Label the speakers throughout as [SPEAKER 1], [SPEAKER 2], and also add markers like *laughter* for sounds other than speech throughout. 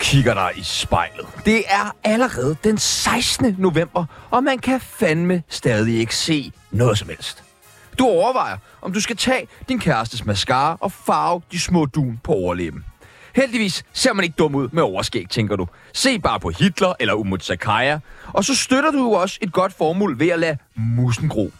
[SPEAKER 1] kigger dig i spejlet. Det er allerede den 16. november, og man kan fandme stadig ikke se noget som helst. Du overvejer, om du skal tage din kærestes mascara og farve de små dun på overlæben. Heldigvis ser man ikke dum ud med overskæg, tænker du. Se bare på Hitler eller Umut Sakaya. Og så støtter du jo også et godt formål ved at lade musen gro.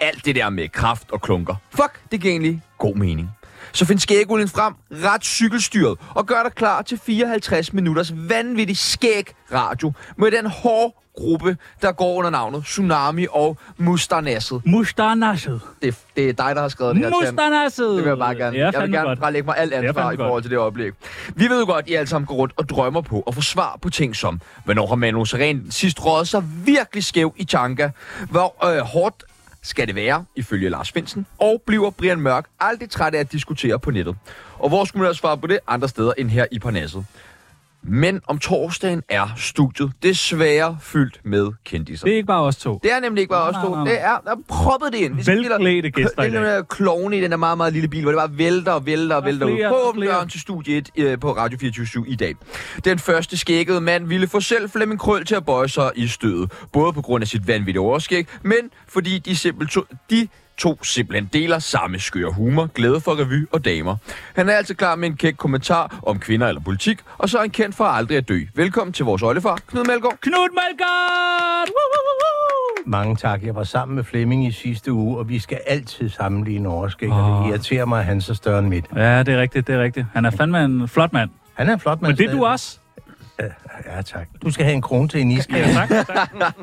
[SPEAKER 1] Alt det der med kraft og klunker. Fuck, det giver egentlig god mening. Så find skægolien frem, ret cykelstyret, og gør dig klar til 54 minutters vanvittig skæg radio med den hårde gruppe, der går under navnet Tsunami og Mustanasset.
[SPEAKER 2] Mustanasset.
[SPEAKER 1] Det, det er dig, der har skrevet det her, Chan.
[SPEAKER 2] Mustanasset.
[SPEAKER 1] Det vil jeg bare gerne.
[SPEAKER 2] Ja,
[SPEAKER 1] jeg vil
[SPEAKER 2] fandme
[SPEAKER 1] gerne
[SPEAKER 2] godt.
[SPEAKER 1] bare lægge mig alt
[SPEAKER 2] Det er
[SPEAKER 1] ansvar
[SPEAKER 2] fandme
[SPEAKER 1] i forhold
[SPEAKER 2] godt.
[SPEAKER 1] til det oplæg. Vi ved jo godt, at I alle sammen går rundt og drømmer på at få svar på ting som, hvornår har Manu Seren sidst røget sig virkelig skæv i Tanka? Hvor øh, hårdt skal det være, ifølge Lars Finsen? Og bliver Brian Mørk aldrig træt af at diskutere på nettet? Og hvor skulle man ellers svare på det andre steder end her i Parnasset? Men om torsdagen er studiet desværre fyldt med kendiser.
[SPEAKER 2] Det er ikke bare os to.
[SPEAKER 1] Det er nemlig ikke bare os
[SPEAKER 2] Nej,
[SPEAKER 1] to.
[SPEAKER 2] nej, nej.
[SPEAKER 1] Det er, der er proppet det ind. Vi skal give dig-
[SPEAKER 2] Velklædte gæster i
[SPEAKER 1] Det er den der klovne i den der meget, meget lille bil, hvor det bare vælter og vælter og vælter
[SPEAKER 2] flere,
[SPEAKER 1] ud.
[SPEAKER 2] der er
[SPEAKER 1] På
[SPEAKER 2] flere.
[SPEAKER 1] åbendøren til studie 1 øh, på Radio 24 i dag. Den første skækkede mand ville få selv Flemming Krøl til at bøje sig i stødet. Både på grund af sit vanvittige overskæg, men fordi de, simpel to, de to simpelthen deler samme skøre humor, glæde for revy og damer. Han er altid klar med en kæk kommentar om kvinder eller politik, og så er han kendt for aldrig at dø. Velkommen til vores oldefar, Knud Malgaard.
[SPEAKER 2] Knud Malgaard! Woo, woo, woo, woo!
[SPEAKER 3] Mange tak. Jeg var sammen med Flemming i sidste uge, og vi skal altid sammenligne overskæg, og
[SPEAKER 2] Ah.
[SPEAKER 3] det irriterer mig, at han er så større end mit.
[SPEAKER 2] Ja, det er rigtigt, det er rigtigt. Han er fandme en flot mand.
[SPEAKER 3] Han er en flot mand.
[SPEAKER 2] Men det er du
[SPEAKER 3] stadig.
[SPEAKER 2] også.
[SPEAKER 3] Ja, tak. Du skal have en krone til en iskage.
[SPEAKER 2] Ja, tak, tak.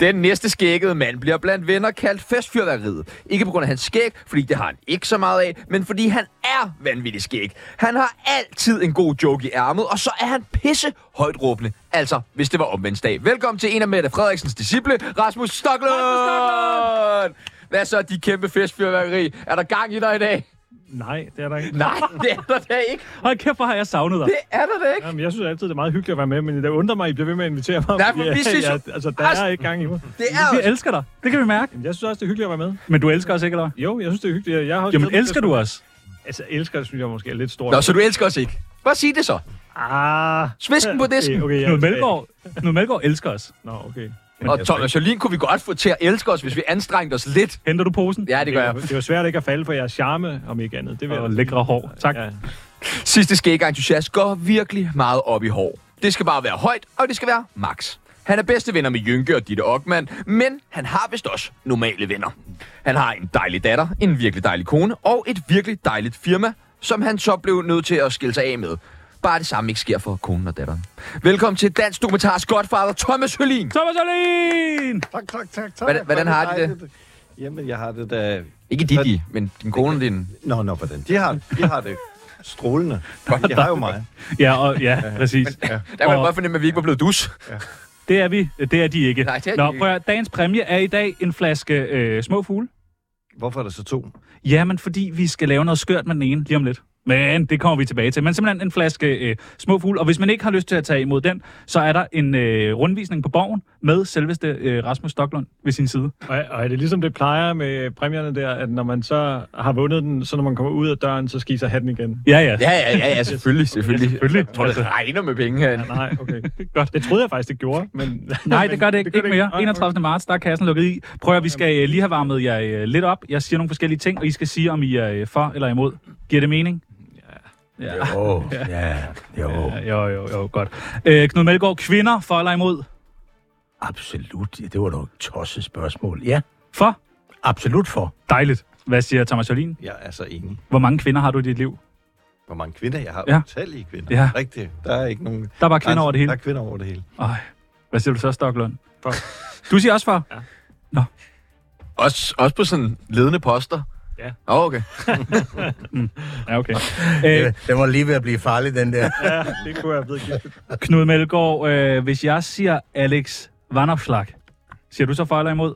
[SPEAKER 1] Den næste skækkede mand bliver blandt venner kaldt festfyrværkeriet. Ikke på grund af hans skæg, fordi det har han ikke så meget af, men fordi han er vanvittig skæg. Han har altid en god joke i ærmet, og så er han pisse højt råbende. Altså, hvis det var omvendsdag. Velkommen til en af Mette Frederiksens disciple, Rasmus Stocklund!
[SPEAKER 2] Rasmus
[SPEAKER 1] Rasmus Hvad så, de kæmpe festfyrværkeri? Er der gang i dig i dag?
[SPEAKER 4] Nej, det er der ikke.
[SPEAKER 1] Nej, det er der da ikke.
[SPEAKER 2] Hold kæft, hvor har jeg savnet dig.
[SPEAKER 1] Det er der da ikke.
[SPEAKER 4] Jamen, jeg synes altid, det er meget hyggeligt at være med, men det undrer mig, at I bliver ved med at invitere mig.
[SPEAKER 1] Nej, for
[SPEAKER 4] fordi
[SPEAKER 1] vi synes jo-
[SPEAKER 4] jeg, altså, der er ikke gang i mig.
[SPEAKER 1] Det er
[SPEAKER 2] Vi
[SPEAKER 1] også.
[SPEAKER 2] elsker dig. Det kan vi mærke.
[SPEAKER 4] Jamen, Jeg synes også, det er hyggeligt at være med.
[SPEAKER 2] Men du elsker os ikke, eller hvad?
[SPEAKER 4] Jo, jeg synes, det er hyggeligt. Jeg har også
[SPEAKER 2] Jamen,
[SPEAKER 4] glædet mig
[SPEAKER 2] elsker
[SPEAKER 4] til-
[SPEAKER 2] du os?
[SPEAKER 4] Altså, elsker, synes jeg måske er lidt stort.
[SPEAKER 1] Nå, så du elsker os ikke. Bare sig det så.
[SPEAKER 4] Ah.
[SPEAKER 1] Svisken på disken.
[SPEAKER 4] Okay,
[SPEAKER 2] Knud
[SPEAKER 4] okay,
[SPEAKER 2] Malgaard, Knud Malgaard elsker os.
[SPEAKER 4] Nå, okay.
[SPEAKER 1] Og Thomas Jolien kunne vi godt få til at elske os, hvis vi anstrengte os lidt.
[SPEAKER 2] Henter du posen?
[SPEAKER 1] Ja, det gør jeg.
[SPEAKER 4] Det var svært ikke at falde for jeres charme, om ikke andet. Det vil
[SPEAKER 2] Og
[SPEAKER 4] jeg da
[SPEAKER 2] lækre hår. Tak.
[SPEAKER 4] sige. Ja.
[SPEAKER 1] Sidste skægeentusiast går virkelig meget op i hår. Det skal bare være højt, og det skal være max. Han er bedste venner med Jynke og Ditte Ockmann, men han har vist også normale venner. Han har en dejlig datter, en virkelig dejlig kone og et virkelig dejligt firma, som han så blev nødt til at skille sig af med. Bare det samme ikke sker for konen og datteren. Velkommen til Dansk Dokumentars Godfather Thomas Hølin.
[SPEAKER 2] Thomas Olin!
[SPEAKER 5] Tak, tak, tak, tak.
[SPEAKER 1] Hvordan- hvordan har de det?
[SPEAKER 5] Jamen, jeg har det da...
[SPEAKER 1] Ikke Didi, men din kone og din...
[SPEAKER 5] Nå, nå, hvordan? De har, de har det
[SPEAKER 2] *laughs*
[SPEAKER 5] strålende. De har jo mig.
[SPEAKER 2] Ja, og, ja, præcis.
[SPEAKER 1] Der var jeg
[SPEAKER 2] Og-
[SPEAKER 1] godt fornemme, at vi ikke var blevet dus.
[SPEAKER 2] Det er vi. Det er de ikke.
[SPEAKER 1] Nej, det er de
[SPEAKER 2] Nå,
[SPEAKER 1] ikke.
[SPEAKER 2] prøv at, høre. dagens præmie er i dag en flaske øh, små fugle.
[SPEAKER 5] Hvorfor er der så to?
[SPEAKER 2] Jamen, fordi vi skal lave noget skørt med den ene lige om lidt. Men det kommer vi tilbage til. Men simpelthen en flaske øh, små fugle. Og hvis man ikke har lyst til at tage imod den, så er der en øh, rundvisning på borgen med selveste øh, Rasmus Stocklund ved sin side.
[SPEAKER 4] Og, er- og er det ligesom det plejer med præmierne der, at når man så har vundet den, så når man kommer ud af døren, så skal I så have den igen?
[SPEAKER 2] Ja, ja.
[SPEAKER 1] Ja, ja, ja, ja selvfølgelig, selvfølgelig.
[SPEAKER 2] selvfølgelig.
[SPEAKER 1] Jeg tror, det regner med penge herinde.
[SPEAKER 4] Nej, okay.
[SPEAKER 2] *laughs* Godt.
[SPEAKER 4] Det troede jeg faktisk, det gjorde, men...
[SPEAKER 2] Nej, det
[SPEAKER 4] *laughs*
[SPEAKER 2] gør det ikke. Det ikke mere.
[SPEAKER 4] Nej, okay.
[SPEAKER 2] 31. marts, der er kassen lukket i. Prøv at vi skal øh, lige have varmet jer øh, lidt op. Jeg siger nogle forskellige ting, og I skal sige, om I er øh, for eller imod. Giver det mening?
[SPEAKER 3] Jo, ja, jo,
[SPEAKER 2] Ja, jo, jo, jo, godt. Øh, Knud Melgaard, kvinder for eller imod?
[SPEAKER 3] absolut. Ja, Det var nok et tosset spørgsmål. Ja,
[SPEAKER 2] For?
[SPEAKER 3] absolut for.
[SPEAKER 2] Dejligt. Hvad siger Thomas Jolin?
[SPEAKER 5] Jeg er så enig.
[SPEAKER 2] Hvor mange kvinder har du i dit liv?
[SPEAKER 5] Hvor mange kvinder jeg har.
[SPEAKER 2] Ja.
[SPEAKER 5] Ja. Utallige kvinder.
[SPEAKER 2] Ja.
[SPEAKER 5] Rigtigt. Der er ikke nogen...
[SPEAKER 2] Der er bare kvinder over det hele.
[SPEAKER 5] Der er kvinder over det hele.
[SPEAKER 2] Ej, hvad siger du så, Stoklund?
[SPEAKER 4] For.
[SPEAKER 2] Du siger også for?
[SPEAKER 1] Også, også på sådan ledende poster?
[SPEAKER 4] Ja.
[SPEAKER 1] Nå, okay.
[SPEAKER 2] Ja, okay. Øh, Æ,
[SPEAKER 3] Det, det var lige ved at blive farlig, den der.
[SPEAKER 4] Ja, det kunne jeg blive giftet.
[SPEAKER 2] Knud Melgaard, øh, hvis jeg siger Alex Vandopslag, siger du så for eller imod?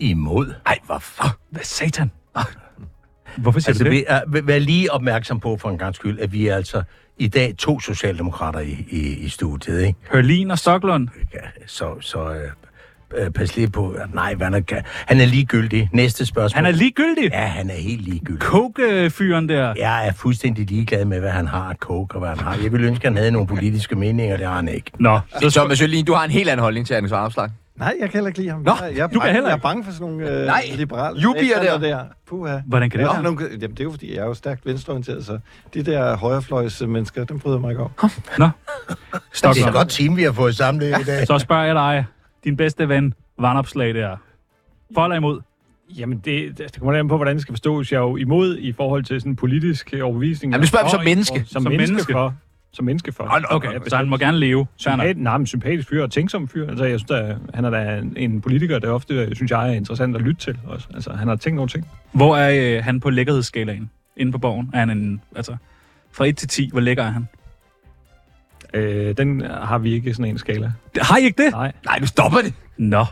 [SPEAKER 3] Imod.
[SPEAKER 1] Ej, hvorfor?
[SPEAKER 2] Hvad satan? Hvorfor siger altså,
[SPEAKER 3] Altså,
[SPEAKER 2] du det?
[SPEAKER 3] vi er, vær lige opmærksom på for en gang skyld, at vi er altså i dag to socialdemokrater i, i, i studiet, ikke?
[SPEAKER 2] Hørlin og Stoklund.
[SPEAKER 3] Ja, så, så øh, øh, passe lidt på. Nej, hvad han kan. Han er ligegyldig. Næste spørgsmål.
[SPEAKER 2] Han er ligegyldig.
[SPEAKER 3] Ja, han er helt ligegyldig.
[SPEAKER 2] Coke-fyren der.
[SPEAKER 3] Jeg er fuldstændig ligeglad med, hvad han har at coke og hvad han har. Jeg ville ønske, at han havde nogle politiske meninger, det har han ikke.
[SPEAKER 2] Nå,
[SPEAKER 1] Så Thomas Jølin, du har en helt anden holdning til Anders Armslag.
[SPEAKER 5] Nej, jeg kan heller ikke lide ham.
[SPEAKER 1] Nå,
[SPEAKER 5] Nej, jeg, er
[SPEAKER 2] du kan
[SPEAKER 5] bange-
[SPEAKER 2] heller
[SPEAKER 5] Jeg er
[SPEAKER 2] ikke.
[SPEAKER 5] bange for sådan nogle øh,
[SPEAKER 1] Nej,
[SPEAKER 5] liberale...
[SPEAKER 1] yuppie er
[SPEAKER 5] stater
[SPEAKER 1] der.
[SPEAKER 5] der. Puha.
[SPEAKER 2] hvordan kan det
[SPEAKER 5] Nå,
[SPEAKER 2] være?
[SPEAKER 5] nogle, jamen, det er jo fordi, jeg er jo stærkt venstreorienteret, så de der højrefløjs øh, mennesker, dem bryder jeg mig ikke om.
[SPEAKER 2] Nå. Stok,
[SPEAKER 3] Det er et godt team, vi har fået samlet i dag. *laughs*
[SPEAKER 2] Så spørger jeg dig, din bedste ven, vandopslag der. For eller imod?
[SPEAKER 4] Jamen, det, det kommer lidt an på, hvordan det skal forstås. Jeg er jo imod i forhold til sådan politisk overbevisning.
[SPEAKER 1] Jamen, nu spørger vi
[SPEAKER 4] Og
[SPEAKER 1] som
[SPEAKER 4] i-
[SPEAKER 1] menneske.
[SPEAKER 4] og- Som,
[SPEAKER 2] Som
[SPEAKER 4] som menneske.
[SPEAKER 2] menneske.
[SPEAKER 4] for. Som menneske for.
[SPEAKER 2] Okay,
[SPEAKER 1] altså.
[SPEAKER 2] så han må gerne leve. Fair nok.
[SPEAKER 4] Sympatisk, nej, men sympatisk fyr og tænksom fyr. Altså, jeg synes, at han er da en- en politiker, der ofte, synes jeg, er interessant at lytte til også. Altså, han har tænkt nogle ting.
[SPEAKER 2] Hvor er øh, han på lækkerhedsskalaen? Inde på borgen? Er han en, altså, fra 1 til 10, hvor lækker er han?
[SPEAKER 4] Øh, den har vi ikke sådan en skala.
[SPEAKER 2] Har I ikke det?
[SPEAKER 4] Nej.
[SPEAKER 1] Nej, nu stopper det.
[SPEAKER 2] Nå.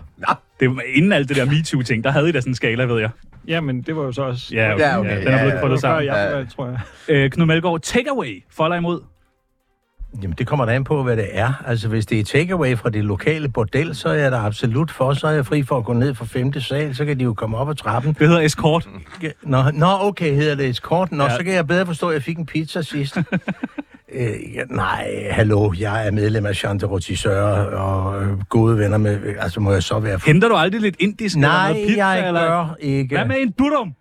[SPEAKER 2] Det var inden alt det der MeToo-ting, der havde I da sådan en skala, ved jeg.
[SPEAKER 4] Ja, men det var jo så også...
[SPEAKER 2] Ja, okay.
[SPEAKER 1] Ja, okay.
[SPEAKER 2] Den er
[SPEAKER 1] Ja,
[SPEAKER 2] blevet
[SPEAKER 1] ja.
[SPEAKER 2] krøllet
[SPEAKER 4] det var før,
[SPEAKER 2] sammen.
[SPEAKER 4] jeg,
[SPEAKER 1] Ja.
[SPEAKER 4] tror jeg.
[SPEAKER 2] Øh, Knud Melgaard, takeaway. For eller imod?
[SPEAKER 3] Jamen, det kommer da an på, hvad det er. Altså, hvis det er takeaway fra det lokale bordel, så er jeg da absolut for. Så er jeg fri for at gå ned fra femte sal, så kan de jo komme op ad trappen.
[SPEAKER 2] Det hedder escort.
[SPEAKER 3] Nå, nå okay, hedder det escort. Nå,
[SPEAKER 2] Ja.
[SPEAKER 3] ja. så kan jeg bedre forstå, at jeg fik en
[SPEAKER 2] *laughs*
[SPEAKER 3] pizza sidst. øh, ja, nej, hallo, jeg er medlem af Chante Rotisseur og øh, gode venner med... øh, Altså, må jeg så være...
[SPEAKER 2] Henter du aldrig lidt indisk? eller
[SPEAKER 3] Nej,
[SPEAKER 2] noget pizza,
[SPEAKER 3] jeg
[SPEAKER 2] eller...
[SPEAKER 3] gør ikke.
[SPEAKER 2] Hvad med en dudum?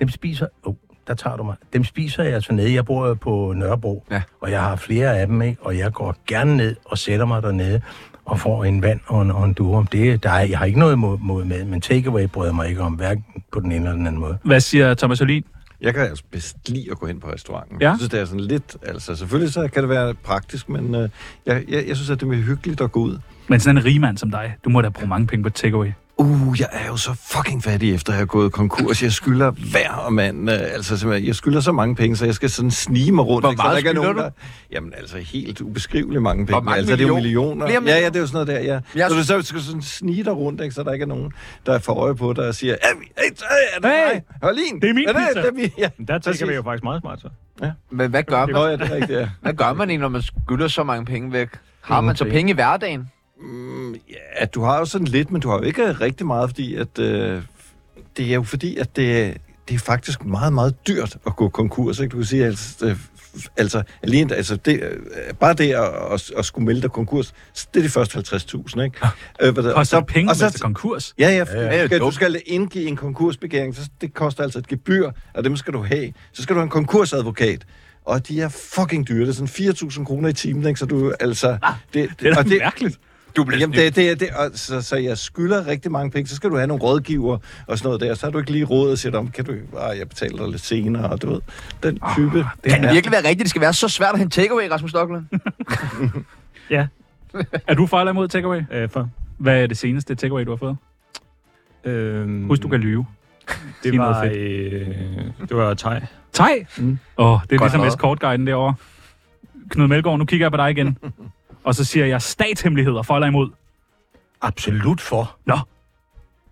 [SPEAKER 3] Dem spiser... Oh, der tager du mig. Dem spiser jeg altså nede. Jeg bor jo på Nørrebro,
[SPEAKER 1] Ja.
[SPEAKER 3] og jeg har flere af dem, ikke? og jeg går gerne ned og sætter mig dernede og får en vand og en, og en durum. Det, der er, jeg har ikke noget imod, mod med, men takeaway bryder jeg mig ikke om, hverken på den ene eller den anden måde.
[SPEAKER 2] Hvad siger Thomas Olin?
[SPEAKER 5] Jeg kan altså bedst lide at gå hen på restauranten.
[SPEAKER 2] Ja.
[SPEAKER 5] Jeg synes, det er sådan lidt... Altså, selvfølgelig så kan det være praktisk, men øh, jeg, jeg, jeg synes, at det er mere hyggeligt at gå ud.
[SPEAKER 2] Men sådan en rigmand som dig, du må da bruge mange penge på takeaway.
[SPEAKER 5] Uh, jeg er jo så fucking fattig, efter jeg har gået konkurs. Jeg skylder hver mand. Øh, altså, simpelthen, jeg skylder så mange penge, så jeg skal sådan snige mig rundt.
[SPEAKER 1] Hvor
[SPEAKER 5] så
[SPEAKER 1] meget
[SPEAKER 5] der ikke er
[SPEAKER 1] skylder
[SPEAKER 5] nogen, Der... Jamen, altså, helt ubeskriveligt mange penge.
[SPEAKER 1] mange
[SPEAKER 5] altså, det er jo
[SPEAKER 1] millioner?
[SPEAKER 5] millioner.
[SPEAKER 1] Flere
[SPEAKER 5] Ja, ja,
[SPEAKER 1] millioner?
[SPEAKER 5] det er jo sådan noget der, ja.
[SPEAKER 1] Jeg-
[SPEAKER 5] Så du så skal sådan snige dig rundt, ikke, så der ikke er nogen, der får øje på dig og siger, hey, hey, er det
[SPEAKER 2] Hey!
[SPEAKER 5] hey, Hørlin,
[SPEAKER 2] Det er min
[SPEAKER 5] er det,
[SPEAKER 2] pizza."
[SPEAKER 5] Det er min, ja.
[SPEAKER 4] Men Der tænker
[SPEAKER 5] Præcis.
[SPEAKER 4] vi jo faktisk meget smart, så.
[SPEAKER 1] Men hvad gør
[SPEAKER 5] Nå,
[SPEAKER 1] man?
[SPEAKER 5] ja, det er rigtigt, ja.
[SPEAKER 1] Hvad gør man egentlig, når man skylder så mange penge væk? Har man så penge i hverdagen?
[SPEAKER 5] Mm, ja, du har jo sådan lidt, men du har jo ikke rigtig meget, fordi at, øh, det er jo fordi, at det, det er faktisk meget, meget dyrt at gå konkurs. Ikke? Du kan sige, altså, øh, f- altså, alene, altså det, øh, bare det at, at, at, skulle melde dig konkurs, det er de første 50.000, ikke? Øh, hvad der- og
[SPEAKER 2] Koster det penge,
[SPEAKER 5] og
[SPEAKER 2] hvis det
[SPEAKER 5] så,
[SPEAKER 2] konkurs?
[SPEAKER 5] Ja, ja.
[SPEAKER 1] Ja, ja.
[SPEAKER 5] ja, ja. Du skal indgive en konkursbegæring, så det koster altså et gebyr, og dem skal du have. Så skal du have en konkursadvokat, og de er fucking dyre. Det er sådan 4.000 kroner i timen, ikke? Så du, altså...
[SPEAKER 1] Ah,
[SPEAKER 5] det,
[SPEAKER 2] Det er da
[SPEAKER 5] og det,
[SPEAKER 2] mærkeligt.
[SPEAKER 1] Du bliver
[SPEAKER 5] Jamen, det, det, det, og, så, så jeg skylder rigtig mange penge. Så skal du have nogle rådgiver og sådan noget der. Så har du ikke lige råd og siger, om, kan du ah, jeg betaler dig lidt senere, og du ved, den type.
[SPEAKER 1] Ah, det kan det virkelig være rigtigt? Det skal være så svært at hente takeaway, Rasmus Stocklund.
[SPEAKER 4] Ja,
[SPEAKER 2] Er du for eller imod takeaway?
[SPEAKER 4] øh, for.
[SPEAKER 2] Hvad er det seneste takeaway, du har fået?
[SPEAKER 4] Øhm,
[SPEAKER 2] Husk, du kan lyve.
[SPEAKER 4] det
[SPEAKER 2] sige noget
[SPEAKER 4] var, øh, det var thai.
[SPEAKER 2] Tej! Åh, mm. oh, det er ligesom
[SPEAKER 1] lavet.
[SPEAKER 2] escortguiden derovre. Knud Melgaard, nu kigger jeg på dig igen. og så siger jeg statshemmeligheder, for eller imod.
[SPEAKER 3] Absolut for.
[SPEAKER 2] Nå,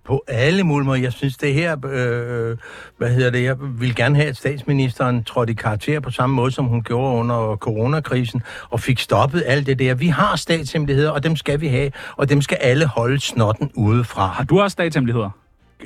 [SPEAKER 3] På alle mulige måder. Jeg synes, det her, øh, hvad hedder det, jeg vil gerne have, at statsministeren trådte i karakter på samme måde, som hun gjorde under coronakrisen, og fik stoppet alt det der. Vi har statshemmeligheder, og dem skal vi have, og dem skal alle holde snotten udefra.
[SPEAKER 2] du har også statshemmeligheder.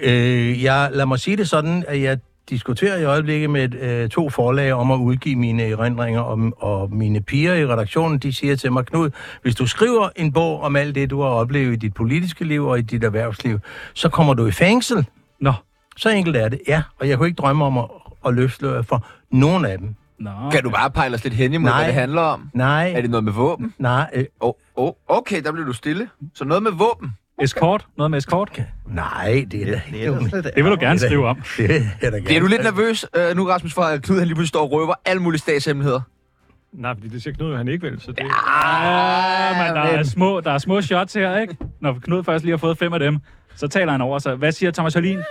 [SPEAKER 3] Øh, jeg, lad mig sige det sådan, at jeg diskuterer i øjeblikket med øh, to forlag om at udgive mine erindringer, om, og mine piger i redaktionen, de siger til mig, Knud, hvis du skriver en bog om alt det, du har oplevet i dit politiske liv og i dit erhvervsliv, så kommer du i fængsel.
[SPEAKER 2] Nå.
[SPEAKER 3] Så enkelt er det, ja. Og jeg kunne ikke drømme om at, at løfte sløret for nogen af dem.
[SPEAKER 2] Nå.
[SPEAKER 1] Kan du bare pejle os lidt hen imod,
[SPEAKER 3] Nej.
[SPEAKER 1] hvad det handler om?
[SPEAKER 3] Nej,
[SPEAKER 1] Er det noget med våben?
[SPEAKER 3] nej, øh,
[SPEAKER 1] Oh, oh, okay, der blev du stille. Så noget med våben.
[SPEAKER 2] Escort? Noget med escort?
[SPEAKER 3] nej, det er da ikke nogen-
[SPEAKER 2] Det vil du gerne skrive om.
[SPEAKER 3] Det er da gerne.
[SPEAKER 1] Bliver du lidt nervøs øh, nu, Rasmus, for at Knud han lige pludselig står og røver alle mulige statshemmeligheder?
[SPEAKER 4] Nej, fordi det siger Knud, jo, han ikke vil, så det...
[SPEAKER 2] Ah, men der er,
[SPEAKER 1] men-
[SPEAKER 2] små, der er små shots her, ikke? Når Knud først lige har fået fem af dem, så taler han over sig. Hvad siger Thomas Hølin?
[SPEAKER 5] Jeg,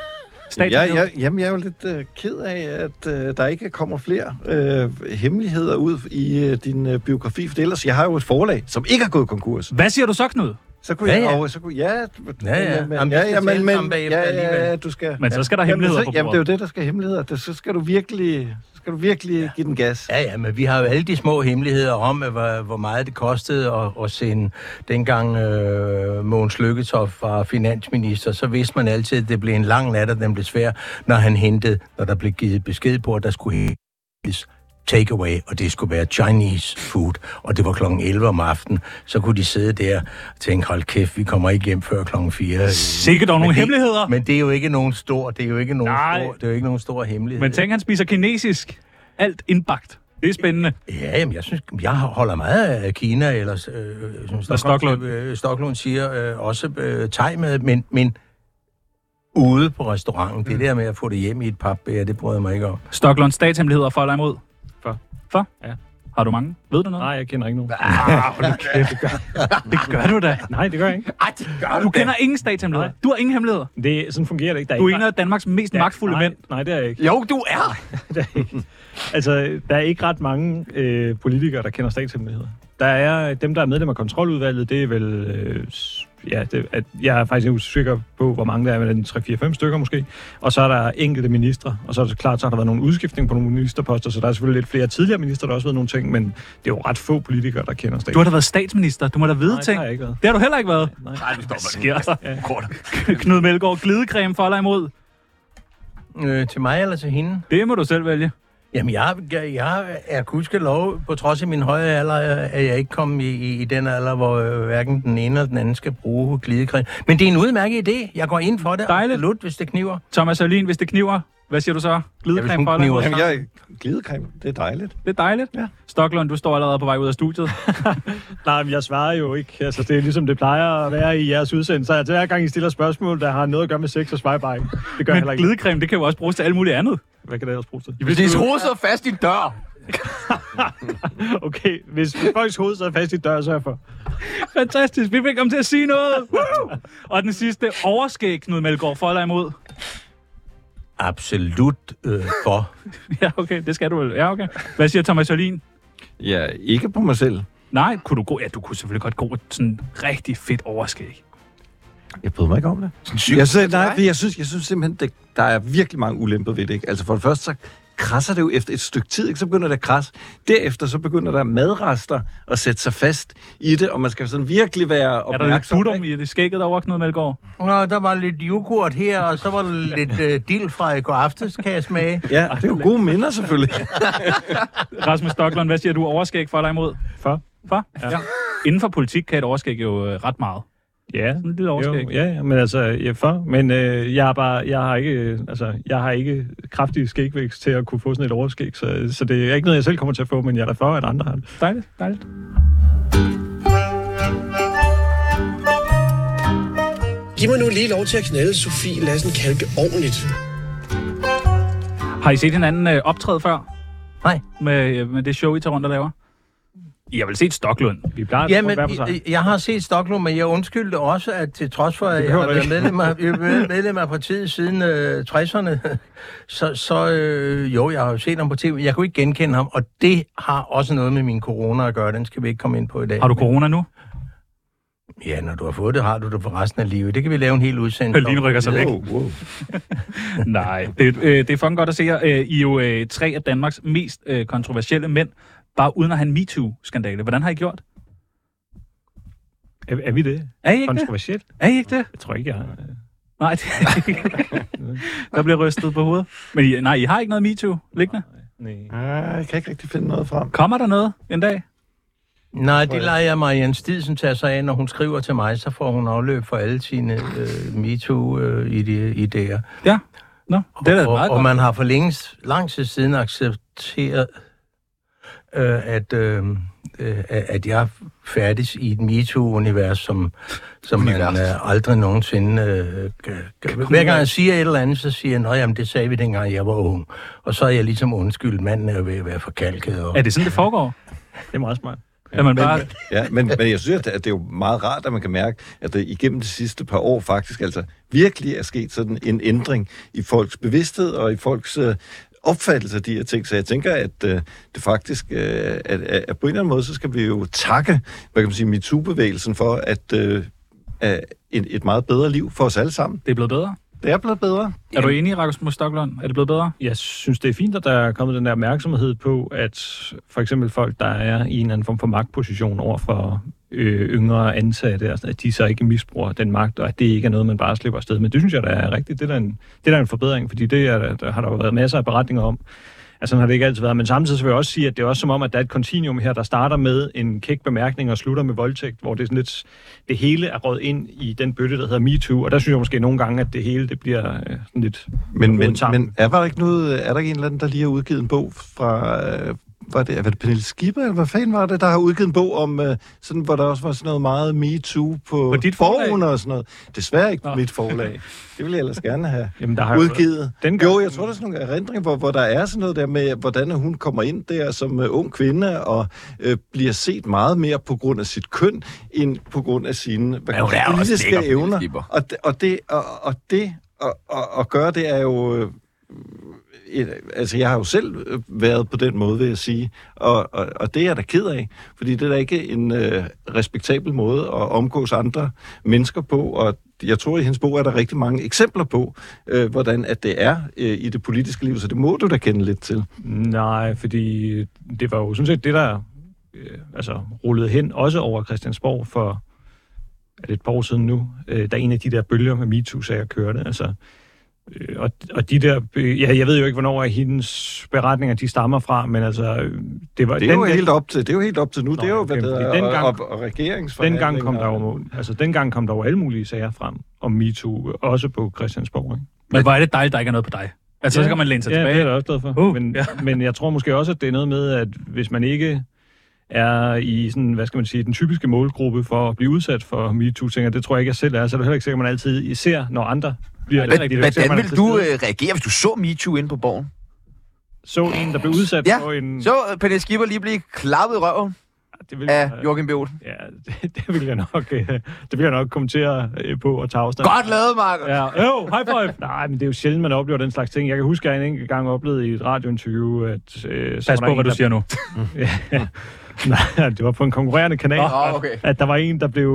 [SPEAKER 2] Statsminister?
[SPEAKER 5] jeg, jamen, jeg er jo lidt øh, ked af, at øh, der ikke kommer flere øh, hemmeligheder ud i øh, din øh, biografi, for ellers, jeg har jo et forlag, som ikke har gået konkurs.
[SPEAKER 2] Hvad siger du så, Knud?
[SPEAKER 5] Så kunne
[SPEAKER 3] Ja,
[SPEAKER 5] jeg...
[SPEAKER 3] ja.
[SPEAKER 5] Og, så kunne, ja, men-
[SPEAKER 3] Ja, ja.
[SPEAKER 5] men-
[SPEAKER 3] Jamen, vi
[SPEAKER 5] ja,
[SPEAKER 3] skal
[SPEAKER 5] ja,
[SPEAKER 3] tale
[SPEAKER 5] men,
[SPEAKER 3] sammen
[SPEAKER 5] men,
[SPEAKER 3] bagefter
[SPEAKER 5] ja,
[SPEAKER 3] alligevel.
[SPEAKER 5] ja, ja, du skal...
[SPEAKER 2] Men så skal der hemmeligheder
[SPEAKER 5] jamen,
[SPEAKER 2] på
[SPEAKER 5] så, jamen, det er jo
[SPEAKER 2] bordet.
[SPEAKER 5] det, der skal hemmeligheder. Det, så skal du virkelig, så skal du virkelig ja. give den gas.
[SPEAKER 3] Ja, ja, men vi har jo alle de små hemmeligheder om, at hvor, hvor meget det kostede at, at sende dengang øh, Må Mogens Lykketoff var finansminister, så vidste man altid, at det blev en lang nat, og den blev svær, når han hentede, når der blev givet besked på, at der skulle hentes takeaway, og det skulle være Chinese food, og det var kl. 11 om aftenen, så kunne de sidde der og tænke, hold kæft, vi kommer ikke hjem før kl. 4.
[SPEAKER 2] Sikkert dog nogle
[SPEAKER 3] det-
[SPEAKER 2] hemmeligheder. Men,
[SPEAKER 3] Men det er jo ikke nogen stor, det er jo ikke nogen
[SPEAKER 2] Nej.
[SPEAKER 3] stor, det er jo ikke nogen stor hemmelighed.
[SPEAKER 2] men tænk, han spiser kinesisk. Alt indbagt. Det er spændende.
[SPEAKER 3] Ja, jamen, jeg synes, jeg holder meget af Kina, eller øh, som Stoklund,
[SPEAKER 2] Stoklund.
[SPEAKER 3] Øh, Stoklund siger, øh, også øh, thai-mad, men, men ude på restauranten. Det der med at få det hjem i et papbær, det bryder jeg mig ikke om.
[SPEAKER 2] Stoklunds statshemmeligheder for eller imod?
[SPEAKER 4] For.
[SPEAKER 2] For?
[SPEAKER 4] Ja.
[SPEAKER 2] Har du mange? Ved du noget?
[SPEAKER 4] Nej, jeg kender ikke nogen.
[SPEAKER 2] Det gør du da.
[SPEAKER 4] Nej, det gør jeg ikke.
[SPEAKER 3] Ej, det gør
[SPEAKER 2] Du kender ingen statshemmeligheder. Du har ingen hemmeligheder.
[SPEAKER 4] Det, sådan fungerer det ikke. Der
[SPEAKER 2] Du er
[SPEAKER 4] ikke
[SPEAKER 2] en af Danmarks mest
[SPEAKER 4] der-
[SPEAKER 2] magtfulde
[SPEAKER 4] nej,
[SPEAKER 2] mænd.
[SPEAKER 4] Nej, det er jeg ikke.
[SPEAKER 1] Jo, du er.
[SPEAKER 4] Altså, der er ikke ret mange øh, politikere, der kender statshemmeligheder. Der er øh, dem, der er medlem af kontroludvalget, det er vel... Øh, s- ja, det, at, jeg er faktisk ikke sikker på, hvor mange der er, men 3-4-5 stykker måske. Og så er der enkelte ministre, og så er det klart, så har der været nogle udskiftninger på nogle ministerposter, så der er selvfølgelig lidt flere tidligere ministre, der har også været nogle ting, men det er jo ret få politikere, der kender
[SPEAKER 2] Du har
[SPEAKER 4] statshemmeligheder.
[SPEAKER 2] da været statsminister. Du må da vide
[SPEAKER 4] Nej, det
[SPEAKER 2] ting.
[SPEAKER 4] har jeg ikke været.
[SPEAKER 2] Det har du heller ikke været. *laughs*
[SPEAKER 4] Nej.
[SPEAKER 1] Nej, du stopper
[SPEAKER 2] Hvad sker der?
[SPEAKER 1] den. Kort.
[SPEAKER 2] Knud Melgaard, glidecreme for eller imod?
[SPEAKER 3] Øh, til mig eller til hende?
[SPEAKER 2] Det må du selv vælge.
[SPEAKER 3] Jamen, jeg, jeg, jeg er gudskelov, på trods af min høje alder, er jeg ikke kommet i, i, i den alder, hvor øh, hverken den ene eller den anden skal bruge glidecreme. Men det er en udmærket idé. Jeg går ind for det.
[SPEAKER 2] Dejligt.
[SPEAKER 3] Absolut, hvis det kniver.
[SPEAKER 2] Thomas Alin, hvis det kniver, hvad siger du så?
[SPEAKER 3] Ja, hvis
[SPEAKER 2] Glidecreme
[SPEAKER 3] hun
[SPEAKER 2] for eller imod?
[SPEAKER 3] kniver.
[SPEAKER 5] Jamen, jeg glidecreme. Det er dejligt.
[SPEAKER 2] Det er dejligt. Ja. Stoklund, du står allerede på vej ud af *laughs* studiet.
[SPEAKER 4] Nej, men jeg svarer jo ikke. Altså, det er ligesom det plejer at være i jeres udsendelse. Altså, hver gang I stiller spørgsmål, der har noget at gøre med sex, så svarer jeg bare ikke. Det gør jeg heller
[SPEAKER 2] Men
[SPEAKER 4] ikke.
[SPEAKER 2] glidecreme, det kan jo også bruges til alt muligt andet.
[SPEAKER 4] Hvad kan det ellers bruges til?
[SPEAKER 1] Hvis dit hoved sidder fast i en dør.
[SPEAKER 4] Okay, hvis folks hoved sidder fast i døren, så er jeg for.
[SPEAKER 2] Fantastisk, vi fik komme til at sige noget. Woo! Og den sidste, overskæg, Knud Melgaard, for eller imod? *laughs*
[SPEAKER 3] Absolut øh, for.
[SPEAKER 2] Ja, okay, det skal du vel. Ja, okay. Hvad siger Thomas Alin?
[SPEAKER 5] Ja, ikke på mig selv.
[SPEAKER 2] Nej, kunne du gå? Ja, du kunne selvfølgelig godt gå et sådan rigtig fedt overskæg.
[SPEAKER 5] Jeg bryder mig ikke om det. Jeg
[SPEAKER 2] Altså,
[SPEAKER 5] synes, nej, fordi jeg synes, jeg synes simpelthen, det, der er virkelig mange ulemper ved det. Ikke? Altså for det første, så krasser det jo efter et stykke tid, ikke? så begynder det at krasse. Derefter så begynder der madrester at sætte sig fast i det, og man skal sådan virkelig være
[SPEAKER 2] Er der lidt
[SPEAKER 5] opmærksom.
[SPEAKER 2] butter
[SPEAKER 5] ikke?
[SPEAKER 2] i det skægget derovre, Knud Melgaard?
[SPEAKER 3] Nå, der var lidt yoghurt her, og så var der *laughs* lidt øh, dild fra i går aftes, kan jeg smage.
[SPEAKER 5] Ja, det er jo gode minder
[SPEAKER 2] *laughs*
[SPEAKER 5] selvfølgelig.
[SPEAKER 2] Rasmus Stoklund, hvad siger du? Overskæg for eller imod?
[SPEAKER 4] For?
[SPEAKER 2] For? Ja. Inden for politik kan et overskæg jo øh, ret meget.
[SPEAKER 4] Ja.
[SPEAKER 2] Sådan et lille overskæg.
[SPEAKER 4] Jo, ja, ja, men altså, ja, for. Men øh, jeg, er bare, jeg, har ikke, øh, altså, jeg har ikke kraftig skægvækst til at kunne få sådan et overskæg, så, så det er ikke noget, jeg selv kommer til at få, men jeg er da for, at andre har det.
[SPEAKER 2] Dejligt, dejligt.
[SPEAKER 6] Giv mig nu lige lov til at knalde Sofie Lassen Kalke ordentligt.
[SPEAKER 2] Har I set hinanden øh, optræde før?
[SPEAKER 3] Nej.
[SPEAKER 2] Med, øh, med det show, I tager rundt og laver? I har vel set Stoklund?
[SPEAKER 4] Vi plejer at
[SPEAKER 3] Jamen,
[SPEAKER 4] være på sig.
[SPEAKER 3] jeg, jeg har set Stoklund, men jeg undskyldte også, at til trods for, at jeg har
[SPEAKER 4] behøver
[SPEAKER 3] været
[SPEAKER 4] du ikke.
[SPEAKER 3] medlem af,
[SPEAKER 2] *laughs*
[SPEAKER 3] jeg har været medlem af partiet siden øh, 60'erne, *laughs* så, så øh, jo, jeg har jo set ham på tv, men jeg kunne ikke genkende ham, og det har også noget med min corona at gøre, den skal vi ikke komme ind på i dag.
[SPEAKER 2] Har du corona nu?
[SPEAKER 3] Ja, når du har fået det, har du det for resten af livet. Det kan vi lave en hel udsendelse.
[SPEAKER 2] Berlin
[SPEAKER 3] om.
[SPEAKER 2] rykker sig væk.
[SPEAKER 5] Wow, wow.
[SPEAKER 2] Nej, det, øh, det er fucking godt at se jer. Øh, I er jo øh, tre af Danmarks mest øh, kontroversielle mænd, bare uden at have en MeToo-skandale. Hvordan har I gjort?
[SPEAKER 4] Er, er vi det?
[SPEAKER 2] Er I ikke det?
[SPEAKER 4] Kontroversielt?
[SPEAKER 2] Er I ikke det?
[SPEAKER 4] Jeg tror ikke, jeg har.
[SPEAKER 2] Nej, det er I ikke. Der bliver rystet på hovedet. Men I, nej, I har ikke noget MeToo liggende.
[SPEAKER 4] Nej.
[SPEAKER 5] Ah, jeg kan ikke rigtig finde noget frem.
[SPEAKER 2] Kommer der noget en dag?
[SPEAKER 3] Nej, det lader jeg Marianne Stidsen tage sig af. Når hun skriver til mig, så får hun afløb for alle sine øh, MeToo-idéer.
[SPEAKER 2] Ja. Nå, det er da
[SPEAKER 3] og,
[SPEAKER 2] meget
[SPEAKER 3] og
[SPEAKER 2] godt.
[SPEAKER 3] man har for længe, lang tid siden accepteret, øh, at, øh, øh, at jeg færdes i et MeToo-univers, som, som man øh, aldrig nogensinde... Øh, kan, kan, hver gang jeg siger et eller andet, så siger jeg, at det sagde vi dengang, jeg var ung. Og så er jeg ligesom undskyldt, manden er jo ved at være forkalket. Og,
[SPEAKER 2] Er det sådan, det foregår?
[SPEAKER 4] Det er meget smart.
[SPEAKER 2] Ja, man bare...
[SPEAKER 5] Ja, men, men jeg synes, at det, at det er jo meget rart, at man kan mærke, at det igennem de sidste par år faktisk altså virkelig er sket sådan en ændring i folks bevidsthed og i folks øh, opfattelse af de her ting. Så jeg tænker, at øh, det faktisk, øh, at, at, at på en eller anden måde, så skal vi jo takke, hvad kan man sige, MeToo-bevægelsen for, at øh, at et, et meget bedre liv for os alle sammen.
[SPEAKER 2] Det er blevet bedre.
[SPEAKER 5] Det er blevet bedre.
[SPEAKER 2] Er du enig, Rasmus Stoklund? Er det blevet bedre?
[SPEAKER 4] jeg synes, det er fint, at der er kommet den der opmærksomhed på, at for eksempel folk, der er i en eller anden form for magtposition over for øh, yngre ansatte, og sådan, at de så ikke misbruger den magt, og at det ikke er noget, man bare slipper afsted med. Det synes jeg, der er rigtigt. Det er da en, det er da en forbedring, fordi det er, der- der har der jo været masser af beretninger om, Altså, sådan har det ikke altid været. Men samtidig så vil jeg også sige, at det er også som om, at der er et kontinuum her, der starter med en kæk bemærkning og slutter med voldtægt, hvor det er sådan lidt, det hele er rødt ind i den bøtte, der hedder MeToo. Og der synes jeg måske nogle gange, at det hele, det bliver øh, sådan lidt
[SPEAKER 5] Men, men,
[SPEAKER 4] rodet sammen.
[SPEAKER 5] men er, var der ikke noget, er der ikke en eller anden, der lige har udgivet en bog fra... Øh, var det, var det Pernille Skipper, eller hvad fanden var det, der har udgivet en bog om, øh, sådan, hvor der også var sådan noget meget Me Too på, på
[SPEAKER 2] dit
[SPEAKER 5] forgen
[SPEAKER 2] forlag?
[SPEAKER 5] og sådan noget? Desværre ikke på
[SPEAKER 2] Nå.
[SPEAKER 5] mit forlag. Det ville jeg ellers gerne have
[SPEAKER 4] Jamen, der har jo-
[SPEAKER 5] udgivet.
[SPEAKER 4] Dengang-
[SPEAKER 5] Jo, jeg tror, der er sådan nogle erindringer, hvor, hvor der er sådan noget der med, hvordan hun kommer ind der som øh, ung kvinde og øh, bliver set meget mere på grund af sit køn, end på grund af sine hvad
[SPEAKER 1] Men hun er jo også lækker, Pernille
[SPEAKER 5] evner.
[SPEAKER 1] Skipper.
[SPEAKER 5] Og det, og det, og, og det og, og, og gøre det er jo... øh, et, altså, jeg har jo selv øh, været på den måde, vil jeg sige. Og, og, og det er jeg da ked af, fordi det er da ikke en øh, respektabel måde at omgås andre mennesker på. Og jeg tror, i hendes bog er der rigtig mange eksempler på, øh, hvordan at det er øh, i det politiske liv, så det må du da kende lidt til.
[SPEAKER 4] Nej, fordi det var jo sådan set det, der øh, altså, rullede hen, også over Christiansborg for er det et par år siden nu, øh, da en af de der bølger med MeToo-sager kørte. Altså, øh, og, og de der, øh, ja, jeg ved jo ikke, hvornår hendes beretninger, de stammer fra, men altså, øh, det var...
[SPEAKER 5] Det er, jo helt op til, det er jo helt op til nu. Nå, det er jo, hvad
[SPEAKER 4] okay,
[SPEAKER 5] det
[SPEAKER 4] fordi
[SPEAKER 5] er,
[SPEAKER 4] dengang-
[SPEAKER 5] og, og, og regeringsforhandlinger.
[SPEAKER 4] Dengang kom der jo, altså, dengang kom der jo alle mulige sager frem om MeToo, øh, også på Christiansborg. Ikke?
[SPEAKER 2] Men hvor er det dejligt, der ikke er noget på dig. Altså, ja. så kan man læne sig
[SPEAKER 4] ja,
[SPEAKER 2] tilbage.
[SPEAKER 4] det er jeg da også glad for.
[SPEAKER 2] Uh,
[SPEAKER 4] Uh, men,
[SPEAKER 2] ja.
[SPEAKER 4] ja. *laughs* men jeg tror måske også, at det er noget med, at hvis man ikke er i sådan, hvad skal man sige, den typiske målgruppe for at blive udsat for MeToo-ting, og det tror jeg ikke, jeg selv er, så er det heller ikke sikkert, at man altid ser, når andre bliver
[SPEAKER 1] Hvad-
[SPEAKER 4] Det er Mm. jo ikke sikkert,
[SPEAKER 1] Hvordan
[SPEAKER 4] man
[SPEAKER 1] ville
[SPEAKER 4] altid
[SPEAKER 1] du
[SPEAKER 4] sidder-
[SPEAKER 1] øh, reagere, hvis du så MeToo inde på borgen?
[SPEAKER 4] så
[SPEAKER 2] øh,
[SPEAKER 4] en, der blev udsat
[SPEAKER 1] Ja,
[SPEAKER 4] for en...
[SPEAKER 1] Så øh, Pernille Skipper lige blive klappet i røven
[SPEAKER 4] det vil,
[SPEAKER 1] af Joachim B. Olsen.
[SPEAKER 4] Ja, *laughs* det, det, vil jeg nok, øh, det vil jeg nok kommentere øh, på og tage afstand.
[SPEAKER 1] Godt lavet, Marker. Ja.
[SPEAKER 4] Ja, jo, high five! *laughs* Nej, men det er jo sjældent, man oplever den slags ting. Jeg kan huske, at jeg en enkelt gang oplevede i et radiointerview, at... Øh, så var
[SPEAKER 2] Pas
[SPEAKER 4] der
[SPEAKER 2] på,
[SPEAKER 4] en,
[SPEAKER 2] hvad du
[SPEAKER 4] der-
[SPEAKER 2] siger nu.
[SPEAKER 4] Ja. *laughs* Nej, det var på en konkurrerende kanal.
[SPEAKER 1] Nå, okay.
[SPEAKER 4] At der var en, der blev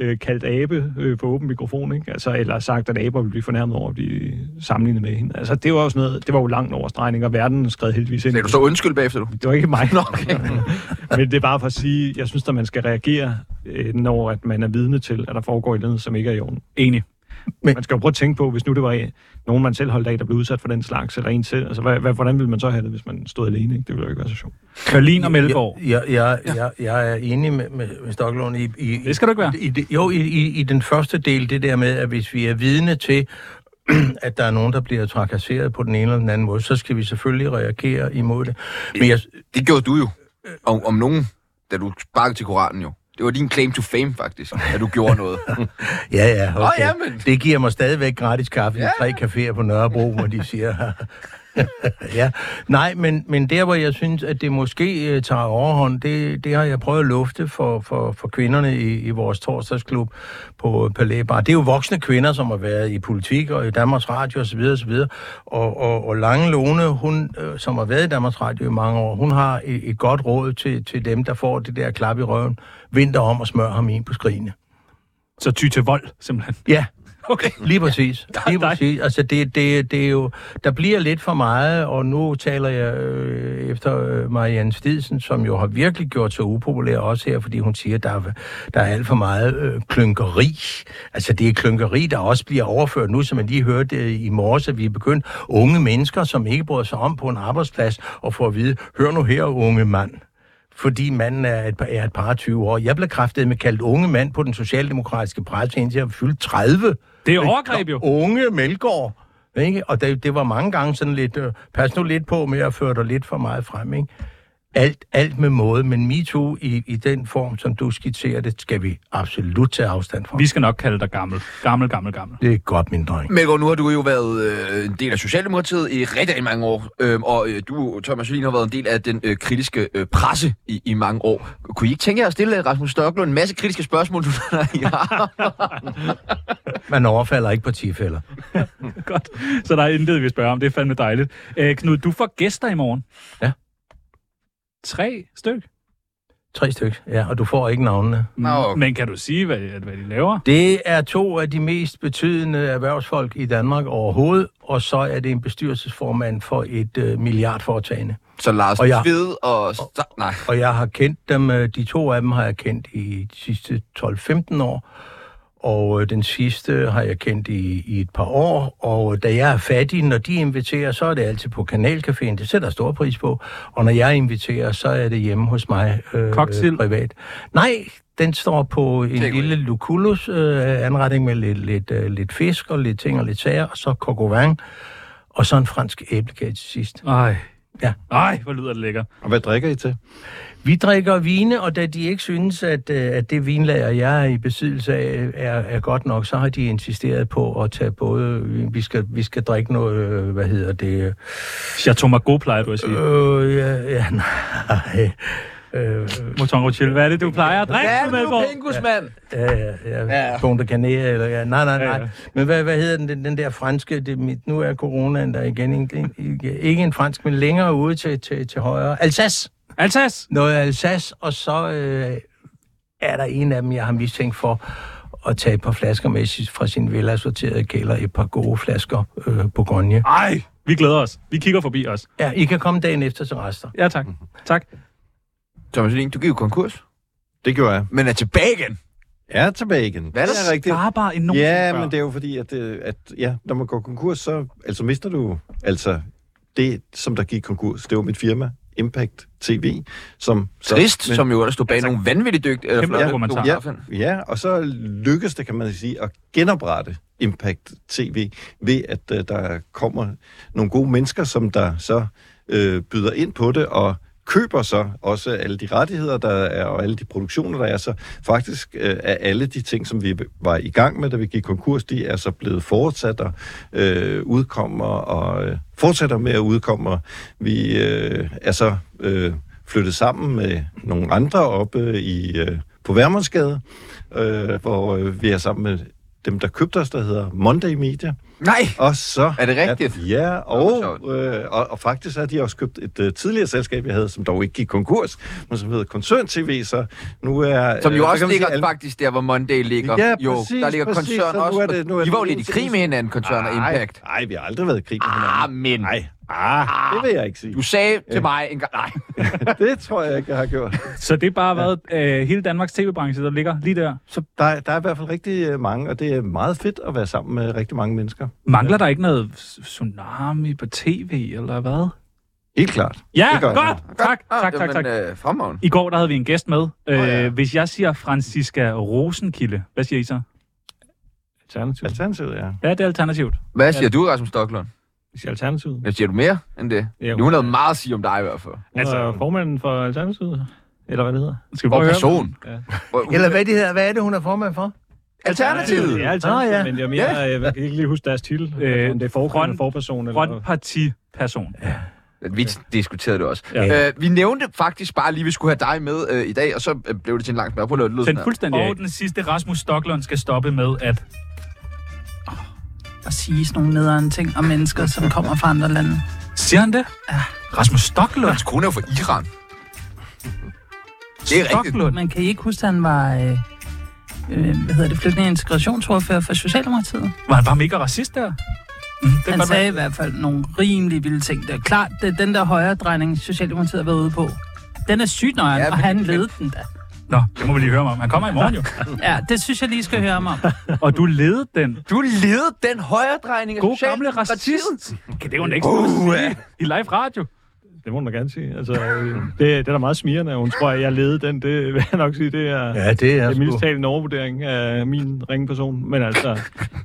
[SPEAKER 4] øh, kaldt abe øh, på åben mikrofon, ikke? Altså, eller sagt, at aber ville blive fornærmet over at blive sammenlignet med hende. Altså, det var jo sådan noget, det var jo langt over stregen, og verden skred heldigvis ind.
[SPEAKER 1] Vil du så undskyld bagefter, du?
[SPEAKER 4] Det var ikke mig. Okay. *laughs* Men det er bare for at sige, jeg synes, at man skal reagere, øh, når at man er vidne til, at der foregår et eller andet, som ikke er i orden.
[SPEAKER 2] Enig.
[SPEAKER 3] Men-
[SPEAKER 4] Men... Man skal jo prøve at tænke på, hvis nu det var øh, nogen, man selv holdt af, der blev udsat for den slags, eller en selv. Altså, hvad, hvad, hvordan ville man så have det, hvis man stod alene? Ikke? Det ville jo ikke være så sjovt.
[SPEAKER 2] Berlin og Melborg.
[SPEAKER 3] Jeg, jeg, jeg, jeg, jeg er enig med, med, med Stoklund i, i...
[SPEAKER 2] Det skal du ikke være.
[SPEAKER 3] I, det- jo, i, i, i den første del, det der med, at hvis vi er vidne til, *clears throat* at der er nogen, der bliver trakasseret på den ene eller den anden måde, så skal vi selvfølgelig reagere imod det. Men jeg,
[SPEAKER 1] Det gjorde du jo. Om, om nogen, da du sparkede til Koranen jo. Det var din claim to fame, faktisk, at du gjorde noget.
[SPEAKER 3] Ja, ja, okay.
[SPEAKER 1] Nå, jamen.
[SPEAKER 3] Det giver mig stadigvæk gratis kaffe ja. i tre caféer på Nørrebro, hvor de siger... *laughs* ja. Nej, men, men der, hvor jeg synes, at det måske øh, tager overhånd, det, det har jeg prøvet at lufte for, for, for kvinderne i, i vores torsdagsklub på øh, Palais Bar. Det er jo voksne kvinder, som har været i politik og i Danmarks Radio osv. osv. Og, og, og Lange Lone, hun, øh, som har været i Danmarks Radio i mange år, hun har et, et godt råd til, til dem, der får det der klap i røven, vinter om og smør ham ind på skrigene.
[SPEAKER 2] Så ty til vold, simpelthen.
[SPEAKER 3] Ja,
[SPEAKER 2] Okay.
[SPEAKER 3] Lige præcis. Lige præcis. Altså, det, det, det er jo... Der bliver lidt for meget, og nu taler jeg øh, efter øh, Marianne Stidsen, som jo har virkelig gjort sig upopulær også her, fordi hun siger, at der, er- der er alt for meget øh, klunkeri. Altså, det er klunkeri, der også bliver overført nu, som man lige hørte øh, i morges, at vi er begyndt unge mennesker, som ikke bryder sig om på en arbejdsplads, og får at vide, hør nu her, unge mand fordi manden er et, par, er et par 20 år. Jeg blev kraftet med kaldt unge mand på den socialdemokratiske presse, indtil jeg fyldte 30.
[SPEAKER 2] Det er overgreb jo.
[SPEAKER 3] Unge Melgaard. Ikke? Og det, det var mange gange sådan lidt, øh, pas nu lidt på med at føre dig lidt for meget frem. Ikke? Alt, alt med måde, men MeToo i, i den form, som du skitserer det, skal vi absolut tage afstand fra.
[SPEAKER 2] Vi skal nok kalde dig gammel. Gammel, gammel, gammel.
[SPEAKER 3] Det er godt, min dreng.
[SPEAKER 1] Melgaard, nu har du jo været øh, en del af Socialdemokratiet i rigtig mange år, øh, og øh, du, Thomas Jolin, har været en del af den øh, kritiske øh, presse i, i mange år. Kunne I ikke tænke jer at stille øh, Rasmus Størklund en masse kritiske spørgsmål, *laughs* du I har?
[SPEAKER 3] Man overfalder ikke partifælder.
[SPEAKER 2] Godt. Så der er intet, vi spørger om. Det er fandme dejligt. Øh, Knud, du får gæster i morgen.
[SPEAKER 3] Ja.
[SPEAKER 2] Tre styk.
[SPEAKER 3] Tre stykker, ja, og du får ikke navnene.
[SPEAKER 1] Nå, okay.
[SPEAKER 2] Men kan du sige, hvad, hvad de laver?
[SPEAKER 3] Det er to af de mest betydende erhvervsfolk i Danmark overhovedet, og så er det en bestyrelsesformand for et øh, milliardforetagende.
[SPEAKER 1] Så Lars
[SPEAKER 3] Og
[SPEAKER 1] og
[SPEAKER 3] jeg-
[SPEAKER 1] Tved og... Sta- nej.
[SPEAKER 3] Og jeg har kendt dem, øh, de to af dem har jeg kendt i de sidste 12-15 år, og øh, den sidste har jeg kendt i, i et par år, og øh, da jeg er fattig, når de inviterer, så er det altid på Kanalcaféen, det sætter jeg stor pris på, og når jeg inviterer, så er det hjemme hos mig øh,
[SPEAKER 2] Cocktail?
[SPEAKER 3] øh, privat. Nej, den står på en
[SPEAKER 1] Takeaway.
[SPEAKER 3] lille lucullus øh, anretning med lidt, lidt, øh, lidt fisk og lidt ting og lidt sager, og så coq au vin, og så en fransk æblekage til sidst.
[SPEAKER 2] Ej.
[SPEAKER 3] Ja.
[SPEAKER 2] Ej, hvor lyder det lækker.
[SPEAKER 5] Og hvad drikker I til?
[SPEAKER 3] Vi drikker vine, og da de ikke synes, at, øh, at det vinlager, jeg er i besiddelse af, er, er godt nok, så har de insisteret på at tage både... Vi skal, vi skal drikke noget... øh, Hvad hedder det?
[SPEAKER 2] Chateau Margaux plejer du at sige.
[SPEAKER 3] Øh, ja, *laughs* ja, nej. Øh,
[SPEAKER 2] Mouton Rothschild, hvad er det, du plejer at drikke,
[SPEAKER 1] Hvad er det nu,
[SPEAKER 2] Melgaard?
[SPEAKER 1] Pinkus, mand?
[SPEAKER 3] ja, ja,
[SPEAKER 1] Ja,
[SPEAKER 3] ja.
[SPEAKER 1] ja.
[SPEAKER 3] Bon de Canet, eller... Ja, nej, nej,
[SPEAKER 2] Ja,
[SPEAKER 3] nej.
[SPEAKER 2] ja.
[SPEAKER 3] Men hvad, hvad hedder den, den, den der franske... Det, mit- nu er coronaen der igen. Ikke, ikke- ikke en fransk, men længere ude til, til, til højre. Alsace!
[SPEAKER 2] Alsace!
[SPEAKER 3] noget Alsace, og så øh, er der en af dem, jeg har mistænkt for at tage et par flasker med sit- fra sin velassorterede kælder, et par gode flasker øh, Bourgogne.
[SPEAKER 2] Ej, vi glæder os. Vi kigger forbi os.
[SPEAKER 3] Ja, I kan komme dagen efter til rester.
[SPEAKER 2] Ja, tak. Tak.
[SPEAKER 1] Thomas Helin, du gik jo konkurs,
[SPEAKER 5] Det gjorde jeg.
[SPEAKER 1] men er tilbage igen.
[SPEAKER 5] Jeg er tilbage igen.
[SPEAKER 1] Hvad er der
[SPEAKER 5] det er rigtigt.
[SPEAKER 2] Bare bare en nogen
[SPEAKER 5] Ja, men det er jo fordi, at, øh, at ja, når man går konkurs, så altså, mister du altså det, som der gik konkurs. Det var mit firma, Impact TV, som... Så, Altså,
[SPEAKER 1] Trist, som jo ellers stod bag nogle vanvittigt dygtige... Eller
[SPEAKER 2] Kæmpe
[SPEAKER 1] flotte
[SPEAKER 2] dokumentarer.
[SPEAKER 5] ja,
[SPEAKER 1] dokumentarfilm.
[SPEAKER 5] ja, og så lykkedes det, kan man sige, at genoprette Impact TV ved, at øh, der kommer nogle gode mennesker, som der så øh, byder ind på det og køber så også alle de rettigheder, der er, og alle de produktioner, der er. Så faktisk øh, er alle de ting, som vi var i gang med, da vi gik konkurs, de er så blevet fortsat og øh, udkommer og øh, fortsætter med at udkomme. Og Vi øh, er så øh, flyttet sammen med nogle andre oppe i, øh, på Værmundsgade, øh, hvor øh, vi er sammen med dem, der købte os, der hedder Monday Media.
[SPEAKER 1] Nej!
[SPEAKER 5] Og så...
[SPEAKER 1] Er det rigtigt?
[SPEAKER 5] At, ja,
[SPEAKER 1] Nå,
[SPEAKER 5] og,
[SPEAKER 1] hvor
[SPEAKER 5] øh, og, og faktisk har de også købt et øh, tidligere selskab, jeg havde, som dog ikke gik konkurs, men som hedder Koncern TV, så nu er...
[SPEAKER 1] Som
[SPEAKER 5] øh,
[SPEAKER 1] jo
[SPEAKER 5] så
[SPEAKER 1] også
[SPEAKER 5] kan man
[SPEAKER 1] ligger
[SPEAKER 5] alle-
[SPEAKER 1] faktisk der, hvor Monday ligger.
[SPEAKER 5] Ja,
[SPEAKER 1] jo,
[SPEAKER 5] præcis,
[SPEAKER 1] der ligger
[SPEAKER 5] præcis,
[SPEAKER 1] koncern
[SPEAKER 5] så nu
[SPEAKER 1] også.
[SPEAKER 5] er det- nu er
[SPEAKER 1] de
[SPEAKER 5] det
[SPEAKER 1] var jo lidt i
[SPEAKER 5] lige
[SPEAKER 1] krig med hinanden, koncern og
[SPEAKER 5] Ej,
[SPEAKER 1] Impact.
[SPEAKER 5] Nej, vi har aldrig været i krig med
[SPEAKER 1] Ah,
[SPEAKER 5] hinanden.
[SPEAKER 1] men.
[SPEAKER 5] Nej, ah, det vil jeg ikke sige.
[SPEAKER 1] Du sagde til mig engang... Nej.
[SPEAKER 5] *laughs* Det tror jeg ikke, jeg har gjort.
[SPEAKER 2] Så det er bare været øh, hele Danmarks tv-branche, der ligger lige der.
[SPEAKER 5] Så der, der er i hvert fald rigtig øh, mange, og det er meget fedt at være sammen med rigtig mange mennesker.
[SPEAKER 2] Mangler der ikke noget tsunami på tv, eller hvad?
[SPEAKER 5] Helt klart.
[SPEAKER 2] Ja,
[SPEAKER 5] Det gør
[SPEAKER 2] godt!
[SPEAKER 5] jeg.
[SPEAKER 2] Tak, tak, tak,
[SPEAKER 1] Jamen,
[SPEAKER 2] tak.
[SPEAKER 1] Øh, fremragende.
[SPEAKER 2] I går der havde vi en gæst med. Øh,
[SPEAKER 5] ja.
[SPEAKER 2] Hvis jeg siger Franziska Rosenkilde, hvad siger I så?
[SPEAKER 4] Alternativet.
[SPEAKER 5] Alternativet, ja.
[SPEAKER 2] Ja, det er alternativt.
[SPEAKER 1] Hvad siger du, Rasmus Stoklund?
[SPEAKER 4] Jeg siger Alternativet.
[SPEAKER 1] Hvad siger du mere end det?
[SPEAKER 4] Ja,
[SPEAKER 1] Altså, Nu er noget meget at sige om dig i hvert fald.
[SPEAKER 4] Altså, formanden for Alternativet, eller hvad det hedder.
[SPEAKER 2] Skal vi
[SPEAKER 1] Og
[SPEAKER 2] prøve at høre?
[SPEAKER 1] person.
[SPEAKER 4] Ja.
[SPEAKER 1] Hvor-
[SPEAKER 3] Eller hvad, det hedder, hvad er det, hun er formand for?
[SPEAKER 1] Alternativet.
[SPEAKER 4] Ja,
[SPEAKER 3] Ah,
[SPEAKER 4] Alternativet,
[SPEAKER 3] ja.
[SPEAKER 4] ah, ja. men jeg, mener, øh, jeg kan ikke lige huske deres titel.
[SPEAKER 2] Øh,
[SPEAKER 4] Øh, om det er forgrøn
[SPEAKER 2] grøn-
[SPEAKER 4] eller forperson. Eller,
[SPEAKER 2] Grøn partiperson.
[SPEAKER 1] Vi diskuterede det også.
[SPEAKER 4] Ja.
[SPEAKER 1] Øh, vi nævnte faktisk bare lige, at vi skulle have dig med øh, i dag, og så øh, blev det til en lang spørgsmål. Det lød sådan
[SPEAKER 2] Den
[SPEAKER 1] her.
[SPEAKER 2] fuldstændig Og den sidste, Rasmus Stoklund skal stoppe med at...
[SPEAKER 7] at sige sådan nogle nederen ting om mennesker, som kommer fra andre lande.
[SPEAKER 2] Siger han det? Rasmus Stoklund?
[SPEAKER 1] Hans kone er jo fra Iran. Det er rigtigt.
[SPEAKER 2] Stoklund.
[SPEAKER 7] Man kan I ikke huske, at han var øh, øh, hvad hedder det, flygtninge- og integrationsordfører for Socialdemokratiet.
[SPEAKER 2] Var han bare mega racist der? Mm, det kan
[SPEAKER 7] Han
[SPEAKER 2] godt
[SPEAKER 7] sagde
[SPEAKER 2] være.
[SPEAKER 7] i hvert fald nogle rimelig vilde ting. Det er klart, det er den der højre drejning, Socialdemokratiet har været ude på. Den er sygt nøjeren,
[SPEAKER 1] Ja,
[SPEAKER 7] ja, og
[SPEAKER 1] men-
[SPEAKER 7] han ledte den
[SPEAKER 2] *laughs*
[SPEAKER 7] da.
[SPEAKER 2] Nå, det må vi lige høre mig om. Han kommer i *laughs* morgen jo.
[SPEAKER 7] Ja, det synes jeg lige skal høre mig om.
[SPEAKER 2] Og du ledede den.
[SPEAKER 1] Du ledede den højre drejning af
[SPEAKER 2] God gamle
[SPEAKER 1] Socialdemokratiet.
[SPEAKER 2] racist. Kan det jo ikke uh, sige i live radio?
[SPEAKER 4] Det må man da gerne sige. Altså, øh, det, det er da meget smirrende, og hun tror, at jeg ledede den. Det vil jeg nok sige, det er...
[SPEAKER 3] Ja, det er
[SPEAKER 4] Det er mildest
[SPEAKER 3] sgu.
[SPEAKER 4] talt en overvurdering af min ringperson, men altså,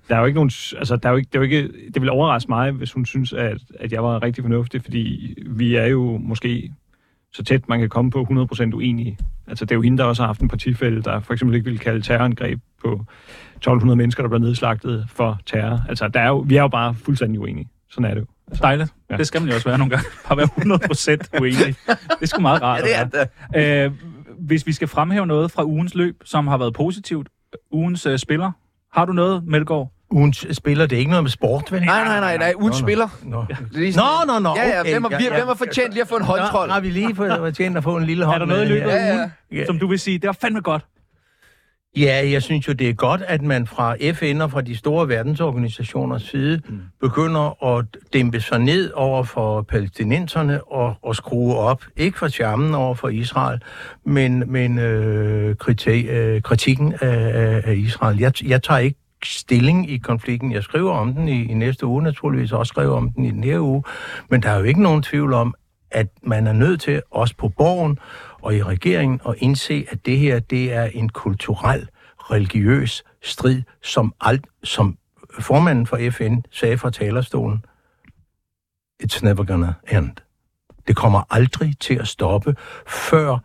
[SPEAKER 4] der er jo ikke nogen, altså, der er jo ikke, det, er jo ikke, det ville overraske mig, hvis hun synes, at, at jeg var rigtig fornuftig, fordi vi er jo måske så tæt, man kan komme på 100% uenige. Altså, det er jo hende, der også har haft en partifælde, der for eksempel ikke ville kalde terrorangreb på 1200 mennesker, der blev nedslagtet for terror. Altså, der er jo, vi er jo bare fuldstændig uenige. Sådan er det jo.
[SPEAKER 2] Dejligt. Ja.
[SPEAKER 4] Ja.
[SPEAKER 2] Det skal man jo også være nogle gange. Bare være 100% uenig. Det er sgu meget rart.
[SPEAKER 1] Ja, det er
[SPEAKER 2] at
[SPEAKER 1] det.
[SPEAKER 2] være. Øh, hvis vi skal fremhæve noget fra ugens løb, som har været positivt, ugens øh, spiller, har du noget, Melgaard?
[SPEAKER 3] ugen spiller. Det er ikke noget med sport, vel?
[SPEAKER 1] Nej, nej, nej, nej. Ugen
[SPEAKER 3] Nå, nå.
[SPEAKER 1] spiller.
[SPEAKER 3] Nå,
[SPEAKER 1] Det er lige
[SPEAKER 3] nå,
[SPEAKER 1] sådan-
[SPEAKER 3] nå. nå
[SPEAKER 1] Ja, ja.
[SPEAKER 3] okay.
[SPEAKER 1] Hvem har, vi, hvem har fortjent lige at få en håndtrol?
[SPEAKER 3] Nå, har vi lige fået fortjent at få en lille hånd.
[SPEAKER 2] Er der noget i
[SPEAKER 3] med
[SPEAKER 2] løbet
[SPEAKER 3] her?
[SPEAKER 2] af
[SPEAKER 1] Ja,
[SPEAKER 2] ugen,
[SPEAKER 3] ja.
[SPEAKER 2] som du vil sige, det var fandme godt?
[SPEAKER 3] Ja, jeg synes jo, det er godt, at man fra FN og fra de store verdensorganisationers side mm. begynder at dæmpe sig ned over for palæstinenserne og, og skrue op. Ikke for charmen over for Israel, men, men øh, kriti- øh, kritikken af, af, af Israel. Jeg, jeg tager ikke stilling i konflikten. Jeg skriver om den i, i næste uge naturligvis, og også skriver om den i den her uge. Men der er jo ikke nogen tvivl om, at man er nødt til, også på borgen og i regeringen, at indse, at det her, det er en kulturel, religiøs strid, som, alt, som formanden for FN sagde fra talerstolen, it's never gonna end. Det kommer aldrig til at stoppe, før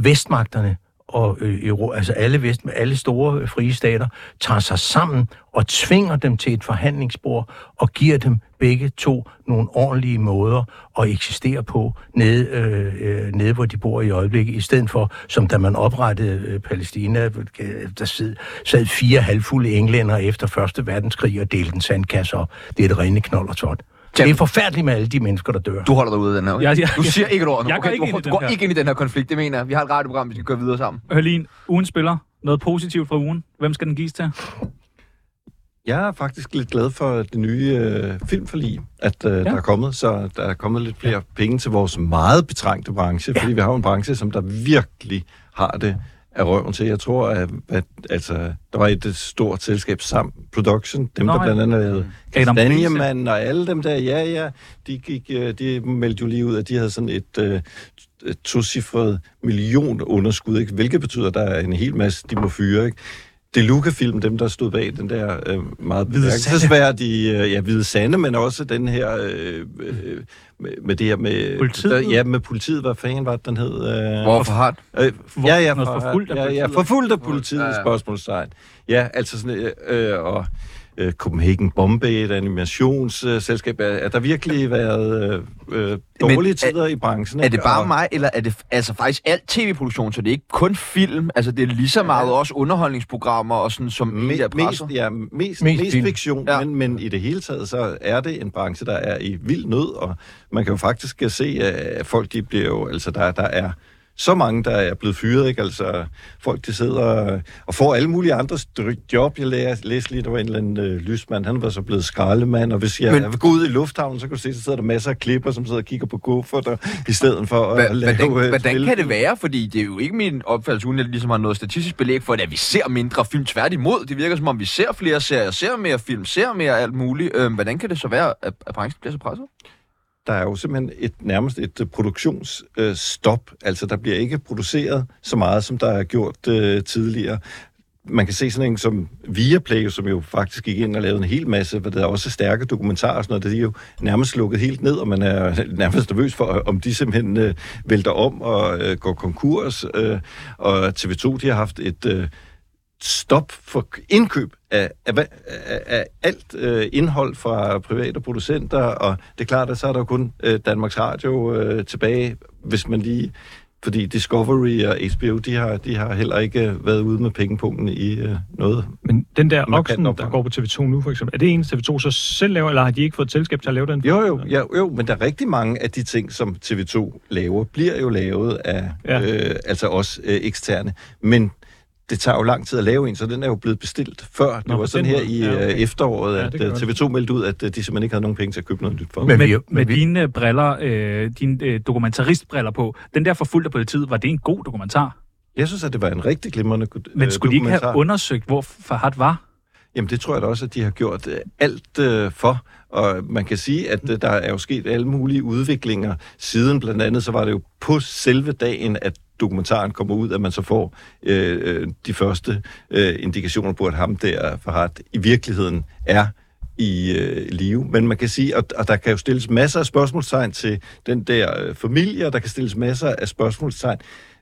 [SPEAKER 3] vestmagterne og øh, Euro- altså alle, vest, alle store øh, frie stater tager sig sammen og tvinger dem til et forhandlingsbord og giver dem begge to nogle ordentlige måder at eksistere på nede, øh, øh, nede hvor de bor i øjeblikket, i stedet for, som da man oprettede øh, Palæstina, øh, der sad, sad fire halvfulde englænder efter Første verdenskrig og delte en sandkasse op. Det er det rene knold og tot. Det er forfærdeligt med alle de mennesker, der dør.
[SPEAKER 1] Du holder dig ude af den her.
[SPEAKER 2] Jeg- jeg-
[SPEAKER 1] du siger ikke et ord nu.
[SPEAKER 2] Jeg går ikke
[SPEAKER 1] du,
[SPEAKER 2] ind i
[SPEAKER 1] du
[SPEAKER 2] den
[SPEAKER 1] går
[SPEAKER 2] her.
[SPEAKER 1] ikke ind i den her konflikt, det mener jeg. Vi har et radioprogram, vi skal køre videre sammen.
[SPEAKER 2] Hørlin, ugen spiller. Noget positivt fra ugen. Hvem skal den gives til?
[SPEAKER 5] Jeg er faktisk lidt glad for det nye øh, filmforlig, at øh, ja. der er kommet, så der er kommet lidt flere penge til vores meget betrængte branche, ja. fordi vi har jo en branche, som der virkelig har det af røven til. Jeg tror, at, at altså, der var et øh, stort selskab Sam Production, dem
[SPEAKER 2] Nå,
[SPEAKER 5] Nå, der
[SPEAKER 2] ja.
[SPEAKER 5] blandt andet lavede
[SPEAKER 2] Adam Price.
[SPEAKER 5] Kastanjemand og alle dem der, ja, ja, de, gik, øh, de meldte jo lige ud, at de havde sådan et øh, et tocifret millionunderskud, ikke? hvilket betyder, at der er en hel masse, de må fyre. Ikke? Det er Luca-film, dem der stod bag den der øh, meget bemærkelsesværdige, øh, ja, Hvide Sande, men også den her, øh, øh, med, med det her med...
[SPEAKER 2] Politiet?
[SPEAKER 5] Der, ja, med politiet, hvad fanden var det, den hed? Øh,
[SPEAKER 1] Hvorfor har
[SPEAKER 5] Øh,
[SPEAKER 2] Hvor-
[SPEAKER 5] ja, ja,
[SPEAKER 2] noget
[SPEAKER 5] for,
[SPEAKER 2] forfulgt af
[SPEAKER 5] ja, ja,
[SPEAKER 2] politiet.
[SPEAKER 5] forfulgt af politiet,
[SPEAKER 1] Ja,
[SPEAKER 5] ja,
[SPEAKER 1] ja.
[SPEAKER 5] ja. spørgsmålstegn. Ja, altså sådan, øh, øh, og øh, Copenhagen Bombay, et animationsselskab, øh, er, er der virkelig været øh, øh, dårlige
[SPEAKER 1] Men er-
[SPEAKER 5] Men, tider i branchen?
[SPEAKER 1] Er det
[SPEAKER 5] ikke?
[SPEAKER 1] bare
[SPEAKER 5] Og-
[SPEAKER 1] mig, eller er det altså faktisk alt tv-produktion, så det er ikke kun film? Altså, det er lige så meget også underholdningsprogrammer og sådan, som
[SPEAKER 5] Me,
[SPEAKER 1] egentlig er
[SPEAKER 5] mest,
[SPEAKER 1] presset?
[SPEAKER 5] ja, mest, mest,
[SPEAKER 3] Mest
[SPEAKER 5] mest
[SPEAKER 3] film.
[SPEAKER 5] fiktion,
[SPEAKER 1] Ja.
[SPEAKER 5] ja. men, men i det hele taget, så er det en branche, der er i vild nød, og man kan jo faktisk se, øh, at folk, de bliver jo, altså der, der er så mange, der er blevet fyret, ikke? Altså, folk, de sidder øh, og får alle mulige andre stry- job. Jeg læ- læste lige, der var en eller anden øh, lysmand, han var så blevet skraldemand, og hvis jeg
[SPEAKER 1] Men-
[SPEAKER 5] men... går ud i lufthavnen, så kan du se, så sidder der masser af klipper, som sidder og kigger på kufferter, i stedet for
[SPEAKER 1] Hva-
[SPEAKER 5] at lave...
[SPEAKER 1] Hvordan,
[SPEAKER 5] øh,
[SPEAKER 1] hvordan
[SPEAKER 5] spil.
[SPEAKER 1] kan det være? Fordi det er jo ikke min opfattelse, uden at jeg ligesom har noget statistisk belæg for det, at vi ser mindre film tværtimod. Det virker som om, vi ser flere serier, ser mere film, ser mere alt muligt. Øhm, hvordan kan det så være, at, at branchen bliver så presset?
[SPEAKER 5] der er jo simpelthen et, nærmest et øh, produktionsstop. Øh, stop. altså, der bliver ikke produceret så meget, som der er gjort øh, tidligere. Man kan se sådan en som Viaplay, som jo faktisk gik ind og lavede en hel masse, hvor der er også stærke dokumentarer og sådan noget, det er jo nærmest lukket helt ned, og man er *laughs* nærmest nervøs for, om de simpelthen øh, vælter om og øh, går konkurs. Øh, og TV2, de har haft et... Øh, stop for indkøb af, af, hva- af, af alt øh, indhold fra private producenter, og det er klart, at så er der jo kun øh, Danmarks Radio øh, tilbage, hvis man lige... Fordi Discovery og HBO, de har, de har heller ikke øh, været ude med pengepunkten i øh, noget.
[SPEAKER 4] Men den der
[SPEAKER 5] Markant
[SPEAKER 4] oksen, der
[SPEAKER 5] opgang.
[SPEAKER 4] går på TV2 nu, for eksempel, er det en, TV2 så selv laver, eller har de ikke fået et selskab til at lave den?
[SPEAKER 5] Jo, jo, ja, jo, men der er rigtig mange af de ting, som TV2 laver, bliver jo lavet af
[SPEAKER 4] Ja.
[SPEAKER 5] ja. øh, altså også øh, eksterne. Men det tager jo lang tid at lave en, så den er jo blevet bestilt før. Det
[SPEAKER 4] Nå,
[SPEAKER 5] Nå,
[SPEAKER 4] på
[SPEAKER 5] var sådan
[SPEAKER 4] den
[SPEAKER 5] her
[SPEAKER 4] måde.
[SPEAKER 5] i
[SPEAKER 4] Ja,
[SPEAKER 5] ja,
[SPEAKER 4] okay.
[SPEAKER 5] okay. efteråret,
[SPEAKER 4] Ja,
[SPEAKER 5] ja,
[SPEAKER 4] det
[SPEAKER 5] at
[SPEAKER 4] kan
[SPEAKER 5] øh,
[SPEAKER 4] godt
[SPEAKER 5] TV2 meldte ud, at øh, de simpelthen ikke havde nogen penge til at købe noget nyt for.
[SPEAKER 3] Men
[SPEAKER 2] med,
[SPEAKER 3] vi- men
[SPEAKER 2] med
[SPEAKER 3] vi-
[SPEAKER 2] dine briller, øh, dine øh, dokumentaristbriller på, den der forfulgte politiet, var det en god dokumentar?
[SPEAKER 5] Jeg synes, at det var en rigtig glimrende
[SPEAKER 2] Men skulle de ikke have
[SPEAKER 5] under...
[SPEAKER 2] undersøgt, hvor Farhat var?
[SPEAKER 5] Jamen, det tror jeg da også, at de har gjort øh, alt øh, for. Og man kan sige, at øh, der er jo sket alle mulige udviklinger siden. Blandt andet så var det jo på selve dagen, at dokumentaren kommer ud, at man så får øh, øh, de første øh, indikationer på, at ham der Farhat i virkeligheden er i øh, live. Men man kan sige, og, og der kan jo stilles masser af spørgsmålstegn til den der øh, familie, og der kan stilles masser af spørgsmålstegn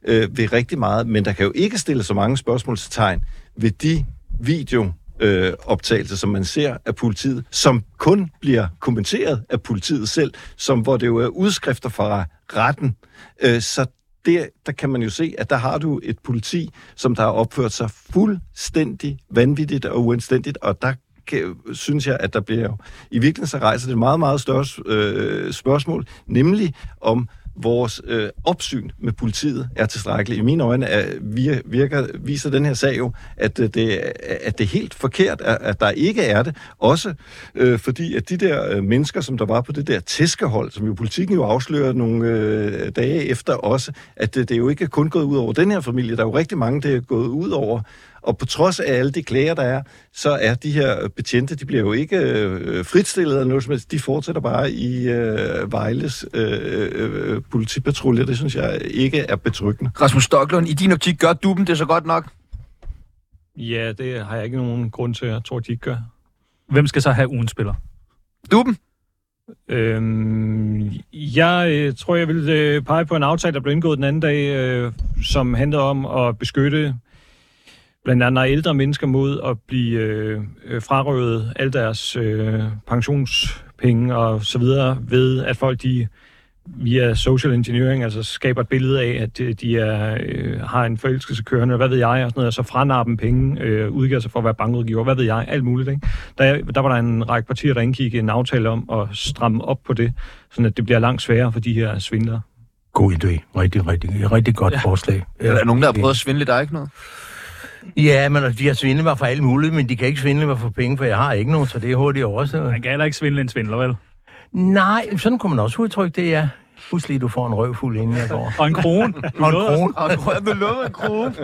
[SPEAKER 5] øh, ved rigtig meget, men der kan jo ikke stilles så mange spørgsmålstegn ved de video øh, optagelser, som man ser af politiet, som kun bliver kommenteret af politiet selv, som hvor det jo er udskrifter fra retten. Øh, så der, der kan man jo se, at der har du et politi, som der har opført sig fuldstændig vanvittigt og uanstændigt, og der kan, synes jeg, at der bliver jo... I virkeligheden så rejser det et meget, meget større øh, spørgsmål, nemlig om vores øh, opsyn med politiet er tilstrækkeligt. I mine øjne er, vir- virker, viser den her sag jo, at, øh, det, er- at det er helt forkert, at, at der ikke er det. Også øh, fordi, at de der øh, mennesker, som der var på det der tæskehold, som jo politikken jo afslører nogle øh, dage efter også, at øh, det, det er jo ikke kun gået ud over den her familie. Der er jo rigtig mange, det er gået ud over. Og på trods af alle de klager, der er, så er de her betjente, de bliver jo ikke øh, fritstillet eller noget som helst. De fortsætter bare i øh, Vejles øh, øh, politipatrulje. Det synes jeg ikke er betryggende.
[SPEAKER 1] Rasmus Stocklund, i din optik gør duben det så godt nok?
[SPEAKER 4] Ja, det har jeg ikke nogen grund til. Jeg tror, de ikke gør.
[SPEAKER 2] Hvem skal så have ugen spiller?
[SPEAKER 1] Duben?
[SPEAKER 4] Øhm, jeg øh, tror, jeg vil øh, pege på en aftale, der blev indgået den anden dag, øh, som handler om at beskytte blandt andet ældre mennesker mod at blive øh, øh, frarøvet alle deres øh, pensionspenge og så videre ved, at folk de via social engineering altså skaber et billede af, at øh, de er, øh, har en forelskelse kørende, hvad ved jeg, og sådan noget, og så franarrer dem penge, øh, udgiver sig for at være bankudgiver, hvad ved jeg, alt muligt. Ikke? Der, der var der en række partier, der indgik en aftale om at stramme op på det, sådan at det bliver langt sværere for de her svindlere.
[SPEAKER 3] God idé. Rigtig, rigtig, rigtig godt ja. forslag.
[SPEAKER 1] Eller er der nogen, der har prøvet at svindle dig, ikke noget?
[SPEAKER 3] Ja, men altså, de har svindlet mig for alt muligt, men de kan ikke svindle mig for penge, for jeg har ikke nogen, så det er hurtigt overstået.
[SPEAKER 2] Man kan heller ikke svindle en svindler, vel?
[SPEAKER 3] Nej, sådan kunne man også udtrykke det, ja. Husk lige, du får en røvfuld, inden jeg går.
[SPEAKER 2] *laughs* Og en krone. Du
[SPEAKER 3] Og en
[SPEAKER 2] nåede
[SPEAKER 3] krone.
[SPEAKER 1] Har
[SPEAKER 3] *laughs*
[SPEAKER 1] du rørt med lommen en krone?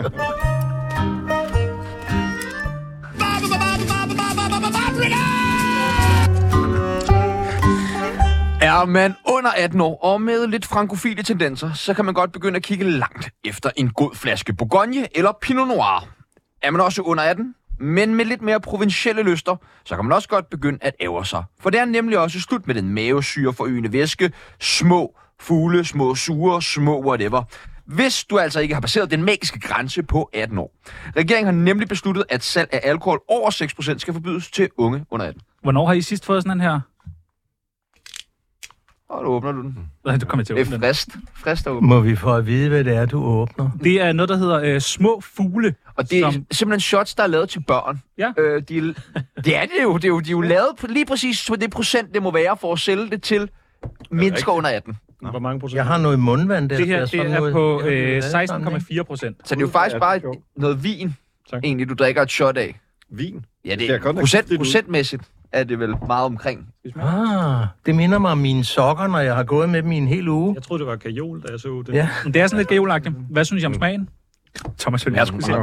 [SPEAKER 1] Er man under 18 år og med lidt frankofile tendenser, så kan man godt begynde at kigge langt efter en god flaske Bourgogne eller Pinot Noir. Er man også under 18, men med lidt mere provincielle lyster, så kan man også godt begynde at ævre sig. For det er nemlig også slut med den mavesyre forøgende væske, små fugle, små sure, små whatever. Hvis du altså ikke har passeret den magiske grænse på 18 år. Regeringen har nemlig besluttet, at salg af alkohol over 6% skal forbydes til unge under 18.
[SPEAKER 2] Hvornår har I sidst fået sådan en her?
[SPEAKER 1] Og nu åbner du den.
[SPEAKER 2] Nej, Du kommer til at
[SPEAKER 1] Det
[SPEAKER 2] åbne
[SPEAKER 1] er
[SPEAKER 2] den.
[SPEAKER 1] frist. Frist at åbne.
[SPEAKER 3] Må vi få at vide, hvad det er, du åbner?
[SPEAKER 2] Det er noget, der hedder øh, små fugle.
[SPEAKER 1] Og det er
[SPEAKER 2] Som-
[SPEAKER 1] Som... simpelthen shots, der er lavet til børn.
[SPEAKER 2] Ja.
[SPEAKER 1] Øh, de, det er det jo. Det er jo, de er jo lavet på lige præcis på det procent, det må være for at sælge det til mennesker under 18.
[SPEAKER 4] Hvor mange procent?
[SPEAKER 3] Jeg har noget mundvand, der
[SPEAKER 2] Det her
[SPEAKER 3] ser
[SPEAKER 2] det
[SPEAKER 3] sådan
[SPEAKER 2] er
[SPEAKER 3] ud.
[SPEAKER 2] på
[SPEAKER 3] Ja, det er
[SPEAKER 2] øh,
[SPEAKER 3] alt sammen, ikke?
[SPEAKER 2] 16,4 procent.
[SPEAKER 1] Så det er jo faktisk
[SPEAKER 5] Ja,
[SPEAKER 1] bare
[SPEAKER 5] det er sjovt.
[SPEAKER 1] noget vin,
[SPEAKER 4] Tak.
[SPEAKER 1] egentlig, du drikker et shot af.
[SPEAKER 5] Vin.
[SPEAKER 1] Ja,
[SPEAKER 5] Det er
[SPEAKER 1] det,
[SPEAKER 5] godt nok
[SPEAKER 1] procent,
[SPEAKER 5] kraftigt ud.
[SPEAKER 1] procentmæssigt er det vel meget omkring.
[SPEAKER 3] Ah, det minder mig om mine sokker, når jeg har gået med dem i en hel uge.
[SPEAKER 4] Jeg troede, det var kajol, da jeg så det.
[SPEAKER 3] Ja.
[SPEAKER 2] Men Det er sådan lidt gavlagtigt. Hvad synes I
[SPEAKER 3] Mm.
[SPEAKER 2] om smagen? Thomas Hønne, jeg skulle sige.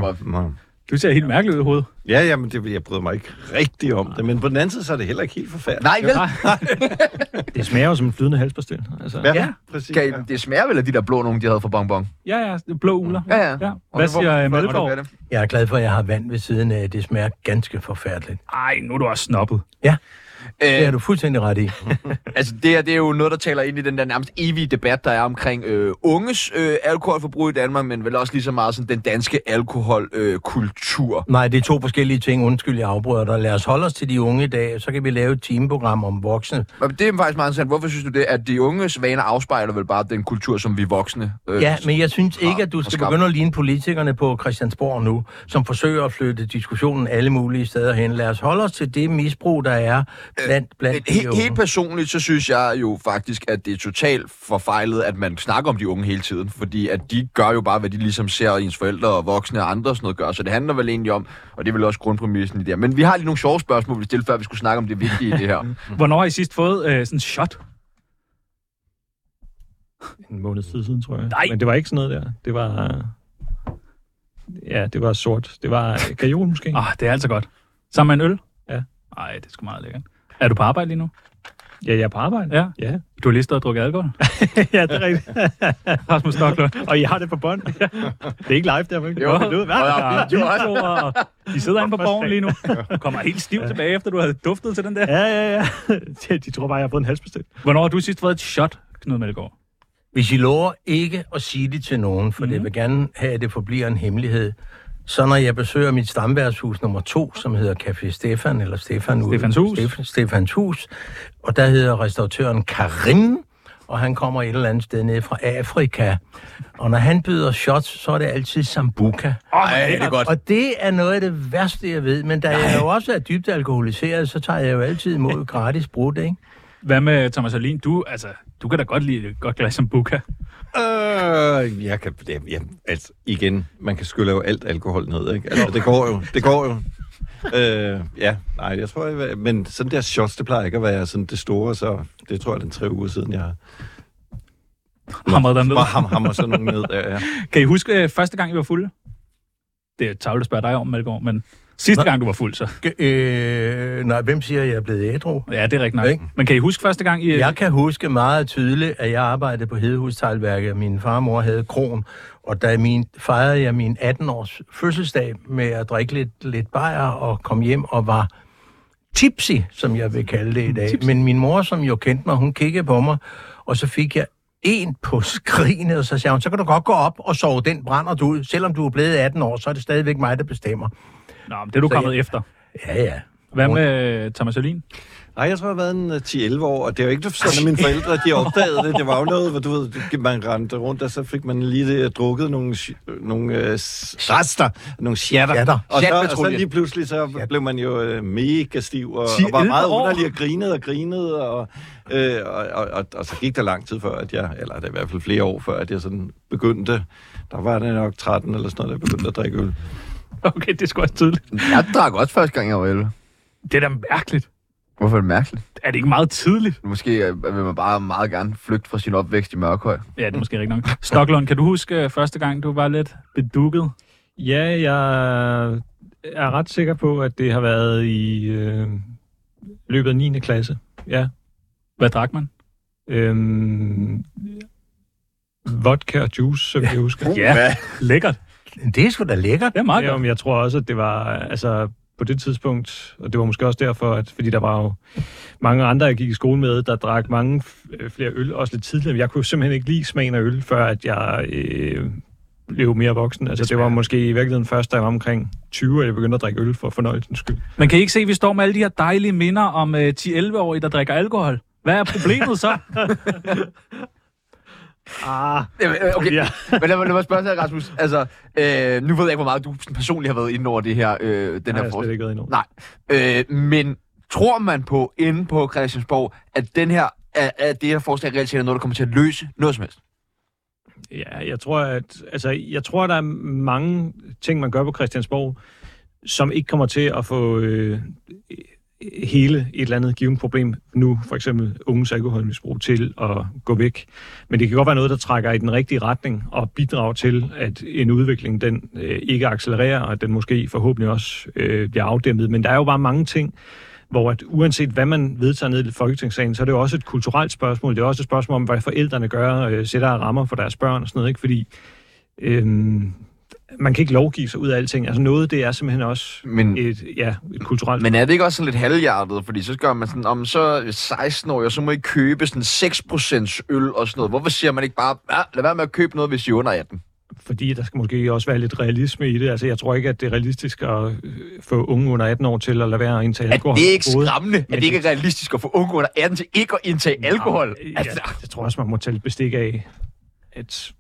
[SPEAKER 2] Du ser helt mærkelig ud i hovedet.
[SPEAKER 5] Ja, ja, men det, jeg bryder mig ikke rigtig om det. Men på den anden side, så er det heller ikke helt forfærdeligt.
[SPEAKER 1] Nej, vel?
[SPEAKER 4] Det smager jo som en flydende halspastil. Altså.
[SPEAKER 2] Ja.
[SPEAKER 5] Ja, ja. præcis.
[SPEAKER 1] Kan, I- det smager vel af de der blå nogen, de havde for bonbon.
[SPEAKER 2] Ja, ja, det er blå uler.
[SPEAKER 1] Mm. Ja, ja.
[SPEAKER 2] ja.
[SPEAKER 1] Og
[SPEAKER 2] Hvad
[SPEAKER 1] hvor-
[SPEAKER 2] siger øh,
[SPEAKER 1] hvor- hvor-
[SPEAKER 2] Melleborg?
[SPEAKER 1] hvor-
[SPEAKER 3] Jeg er glad for, at jeg har vand ved siden af. Det smager ganske forfærdeligt.
[SPEAKER 2] Ej, nu er du også snobbet.
[SPEAKER 1] Mm.
[SPEAKER 3] Det har
[SPEAKER 1] Øh,
[SPEAKER 3] du fuldstændig ret i.
[SPEAKER 1] altså det her, det er jo noget, der taler ind i den der nærmest evige debat, der er omkring øh, unges øh, alkoholforbrug i Danmark, men vel også lige så meget sådan den danske alkoholkultur. Øh, kultur.
[SPEAKER 3] Nej, det er to forskellige ting. Undskyld, jeg afbryder dig. Lad os holde os til de unge i dag, så kan vi lave et timeprogram om voksne.
[SPEAKER 1] Og det er faktisk meget interessant. Hvorfor synes du det, at de unges vaner afspejler vel bare den kultur, som vi voksne... Øh,
[SPEAKER 3] Ja, men jeg synes
[SPEAKER 1] har-
[SPEAKER 3] ikke, at du
[SPEAKER 1] har
[SPEAKER 3] skal
[SPEAKER 1] skabt.
[SPEAKER 3] begynde at ligne politikerne på Christiansborg nu, som forsøger at flytte diskussionen alle mulige steder hen. Lad os holde os til det misbrug, der er blandt,
[SPEAKER 1] Øh, Men
[SPEAKER 3] blandt de
[SPEAKER 1] he- helt
[SPEAKER 3] unge.
[SPEAKER 1] personligt, så synes jeg jo faktisk, at det er totalt forfejlet, at man snakker om de unge hele tiden. Fordi at de gør jo bare, hvad de ligesom ser ens forældre og voksne og andre og sådan noget gør. Så det handler vel egentlig om, og det er vel også grundpræmissen i det her. Men vi har lige nogle sjove spørgsmål, vi stiller, før vi skulle snakke om det vigtige i
[SPEAKER 3] *laughs*
[SPEAKER 1] det her.
[SPEAKER 2] Hvornår har I sidst fået øh, sådan en shot?
[SPEAKER 3] Mm.
[SPEAKER 4] En måned tid siden, tror jeg.
[SPEAKER 2] Nej.
[SPEAKER 4] Men det var ikke sådan noget der. Det var... Ja, det var sort. Det var øh, kajol måske.
[SPEAKER 2] Ah, det er altså godt. Sammen med en øl?
[SPEAKER 4] Ja.
[SPEAKER 2] Ej, det er sgu meget lækkert. Er du på arbejde lige nu?
[SPEAKER 4] Ja, jeg er på arbejde.
[SPEAKER 2] Ja.
[SPEAKER 4] Ja, *laughs*
[SPEAKER 2] Du har lige stået og drukket
[SPEAKER 3] *laughs*
[SPEAKER 2] alkohol.
[SPEAKER 4] ja det er rigtigt.
[SPEAKER 2] Rasmus Stocklund.
[SPEAKER 4] *laughs* Og I har det på
[SPEAKER 1] *laughs*
[SPEAKER 4] bånd. det er ikke live, der, vel?
[SPEAKER 1] Jo.
[SPEAKER 4] Det er ude. Hvad?
[SPEAKER 1] Og jeg-
[SPEAKER 2] Du og de sidder inde på borgen lige nu. Du kommer helt stiv tilbage, efter du havde duftet til den der.
[SPEAKER 4] Ja, ja, *laughs* ja. De- De tror bare, jeg har fået en halspastil.
[SPEAKER 2] Hvornår har du sidst fået et shot, Knud Melgaard?
[SPEAKER 3] Hvis I lover ikke at sige det til nogen, for mm. det vil gerne have, at det forbliver en hemmelighed, så når jeg besøger mit stamværshus nummer to, som hedder Café Stefan, eller Stefan ude-
[SPEAKER 2] Stefans Hus.
[SPEAKER 3] Stef- Stefans Hus, og der hedder restauratøren Karim, og han kommer et eller andet sted ned fra Afrika. Og når han byder shots, så er det altid sambuca.
[SPEAKER 1] Ej, det er godt.
[SPEAKER 3] Og det er noget af det værste, jeg ved. Men da jeg jo også er dybt alkoholiseret, så tager jeg jo altid imod gratis brudt, ikke?
[SPEAKER 2] Hvad med Thomas Alin? Du, altså, du kan da godt lide et godt glas som buka.
[SPEAKER 5] Øh, jeg kan, jeg, jeg, altså, igen, man kan skylle jo alt alkohol ned, ikke? Altså, det går jo, det går jo. Øh, ja, nej, jeg tror ikke, men sådan der shots, det plejer ikke at være sådan det store, så det tror jeg, den tre uger siden, jeg har
[SPEAKER 2] Hamret dernede.
[SPEAKER 5] bare ham, hammer sådan nogle ned. Ja, ja.
[SPEAKER 2] Kan I huske øh, første gang, I var fulde? Det er tavlet at spørge dig om, Malgaard, men sidste Nå. gang, du var fuld, så.
[SPEAKER 3] G- øh, nej, hvem siger, at jeg er blevet ædru?
[SPEAKER 2] Ja, det er rigtigt nok.
[SPEAKER 3] Ikke?
[SPEAKER 2] Men kan I huske første gang, I...
[SPEAKER 3] Jeg kan huske meget tydeligt, at jeg arbejdede på Hedehustalværket. Min farmor havde kron, og da min, fejrede jeg min 18-års fødselsdag med at drikke lidt, lidt bajer og kom hjem og var tipsy, som jeg vil kalde det i dag. Men min mor, som jo kendte mig, hun kiggede på mig, og så fik jeg en på skrinet, og så sagde hun, så kan du godt gå op og sove, den brænder du ud. Selvom du er blevet 18 år, så er det stadigvæk mig, der bestemmer.
[SPEAKER 2] Nå, men det er du
[SPEAKER 3] Så
[SPEAKER 2] kommet
[SPEAKER 3] jeg-
[SPEAKER 2] efter.
[SPEAKER 3] Ja, ja.
[SPEAKER 2] Hvad med øh, Thomas Alin?
[SPEAKER 5] Nej, jeg tror, jeg har været en øh, 10-11 år, og det er jo ikke sådan, at mine forældre de opdagede det. Det var jo noget, hvor du ved, man rendte rundt, og så fik man lige det, øh, drukket nogle, sh- nogle øh, s- rester, nogle shatter.
[SPEAKER 3] Shatter.
[SPEAKER 5] Og, så, og så
[SPEAKER 1] Shatpatruljen.
[SPEAKER 5] lige pludselig så blev man jo øh, mega stiv, og, og
[SPEAKER 2] 10-11
[SPEAKER 5] var meget
[SPEAKER 2] år?
[SPEAKER 5] underlig og grinede og grinede, og, øh, og, og, og, og så gik der lang tid før, at jeg, eller det er i hvert fald flere år før, at jeg sådan begyndte, der var det nok 13 eller sådan noget, der begyndte at drikke øl.
[SPEAKER 2] *laughs* Okay, det er sgu også tydeligt.
[SPEAKER 1] Jeg drak også første gang, jeg var 11.
[SPEAKER 2] Det er da mærkeligt.
[SPEAKER 1] Hvorfor er det mærkeligt?
[SPEAKER 2] Er det ikke meget tidligt?
[SPEAKER 1] Måske øh, vil man bare meget gerne flygte fra sin opvækst i Mørkhøj.
[SPEAKER 2] Ja, det er måske rigtigt nok. Stoklund, kan du huske øh, første gang, du var lidt bedukket?
[SPEAKER 4] Ja, jeg er ret sikker på, at det har været i øh, løbet af 9. klasse. Ja.
[SPEAKER 2] Hvad drak man?
[SPEAKER 4] Øhm, vodka og juice, som jeg husker.
[SPEAKER 2] Ja, lækkert.
[SPEAKER 3] Det er sgu da lækkert.
[SPEAKER 2] Det er meget
[SPEAKER 4] Ja,
[SPEAKER 2] godt.
[SPEAKER 4] men jeg tror også, at det var altså, på det tidspunkt, og det var måske også derfor, at, fordi der var jo mange andre, jeg gik i skole med, der drak mange f- øh, flere øl, også lidt tidligere. Men Jeg kunne simpelthen ikke lide smagen af øl, før at jeg øh, blev mere voksen. Altså, det var måske i virkeligheden først, da jeg var omkring 20, at jeg begyndte at drikke øl for fornøjelsens skyld.
[SPEAKER 2] Man kan I ikke se, at vi står med alle de her dejlige minder om øh, 10-11-årige, der drikker alkohol. Hvad er problemet så?
[SPEAKER 4] Ah,
[SPEAKER 1] Jamen, øh, Okay,
[SPEAKER 4] Ja.
[SPEAKER 1] men lad mig, lad mig spørge dig, Rasmus. Altså, øh, nu ved jeg ikke, hvor meget du sådan personligt har været inde over det her, øh, den
[SPEAKER 4] den har
[SPEAKER 1] her
[SPEAKER 4] jeg slet
[SPEAKER 1] forskning.
[SPEAKER 4] ikke været endnu.
[SPEAKER 1] Nej, øh, men tror man på, inde på Christiansborg, at den her at, at det her forslag reelt set er noget, der kommer til at løse noget som helst.
[SPEAKER 4] Ja, jeg tror, at, altså, jeg tror, der er mange ting, man gør på Christiansborg, som ikke kommer til at få øh, hele et eller andet givet problem nu, for eksempel unges alkoholmisbrug, til at gå væk. Men det kan godt være noget, der trækker i den rigtige retning og bidrager til, at en udvikling den øh, ikke accelererer, og at den måske forhåbentlig også øh, bliver afdæmmet. Men der er jo bare mange ting, hvor at uanset hvad man vedtager ned i Folketingssalen, så er det jo også et kulturelt spørgsmål. Det er også et spørgsmål om, hvad forældrene gør, øh, sætter af rammer for deres børn og sådan noget, ikke? fordi øhm, man kan ikke lovgive sig ud af alting. Altså noget, det er simpelthen også
[SPEAKER 1] Men,
[SPEAKER 4] et, ja, et kulturelt
[SPEAKER 1] men er det ikke også sådan lidt halvhjertet? Fordi så gør man sådan, om så 16 år, og så må I købe sådan 6% øl og sådan noget. Hvorfor siger man ikke bare, ja, lad være med at købe noget, hvis I er under 18?
[SPEAKER 4] fordi der skal måske også være lidt realisme i det. Altså, jeg tror ikke, at det er realistisk at øh, få unge under 18 år til at lade være at indtage
[SPEAKER 1] Er
[SPEAKER 4] alkohol.
[SPEAKER 1] det ikke
[SPEAKER 4] overhovedet.
[SPEAKER 1] skræmmende? Er
[SPEAKER 4] Men
[SPEAKER 1] det ikke realistisk at få unge under 18 til ikke at indtage alkohol?
[SPEAKER 4] Ja,
[SPEAKER 1] Altså,
[SPEAKER 4] det tror jeg også, man må tage lidt bestik af, at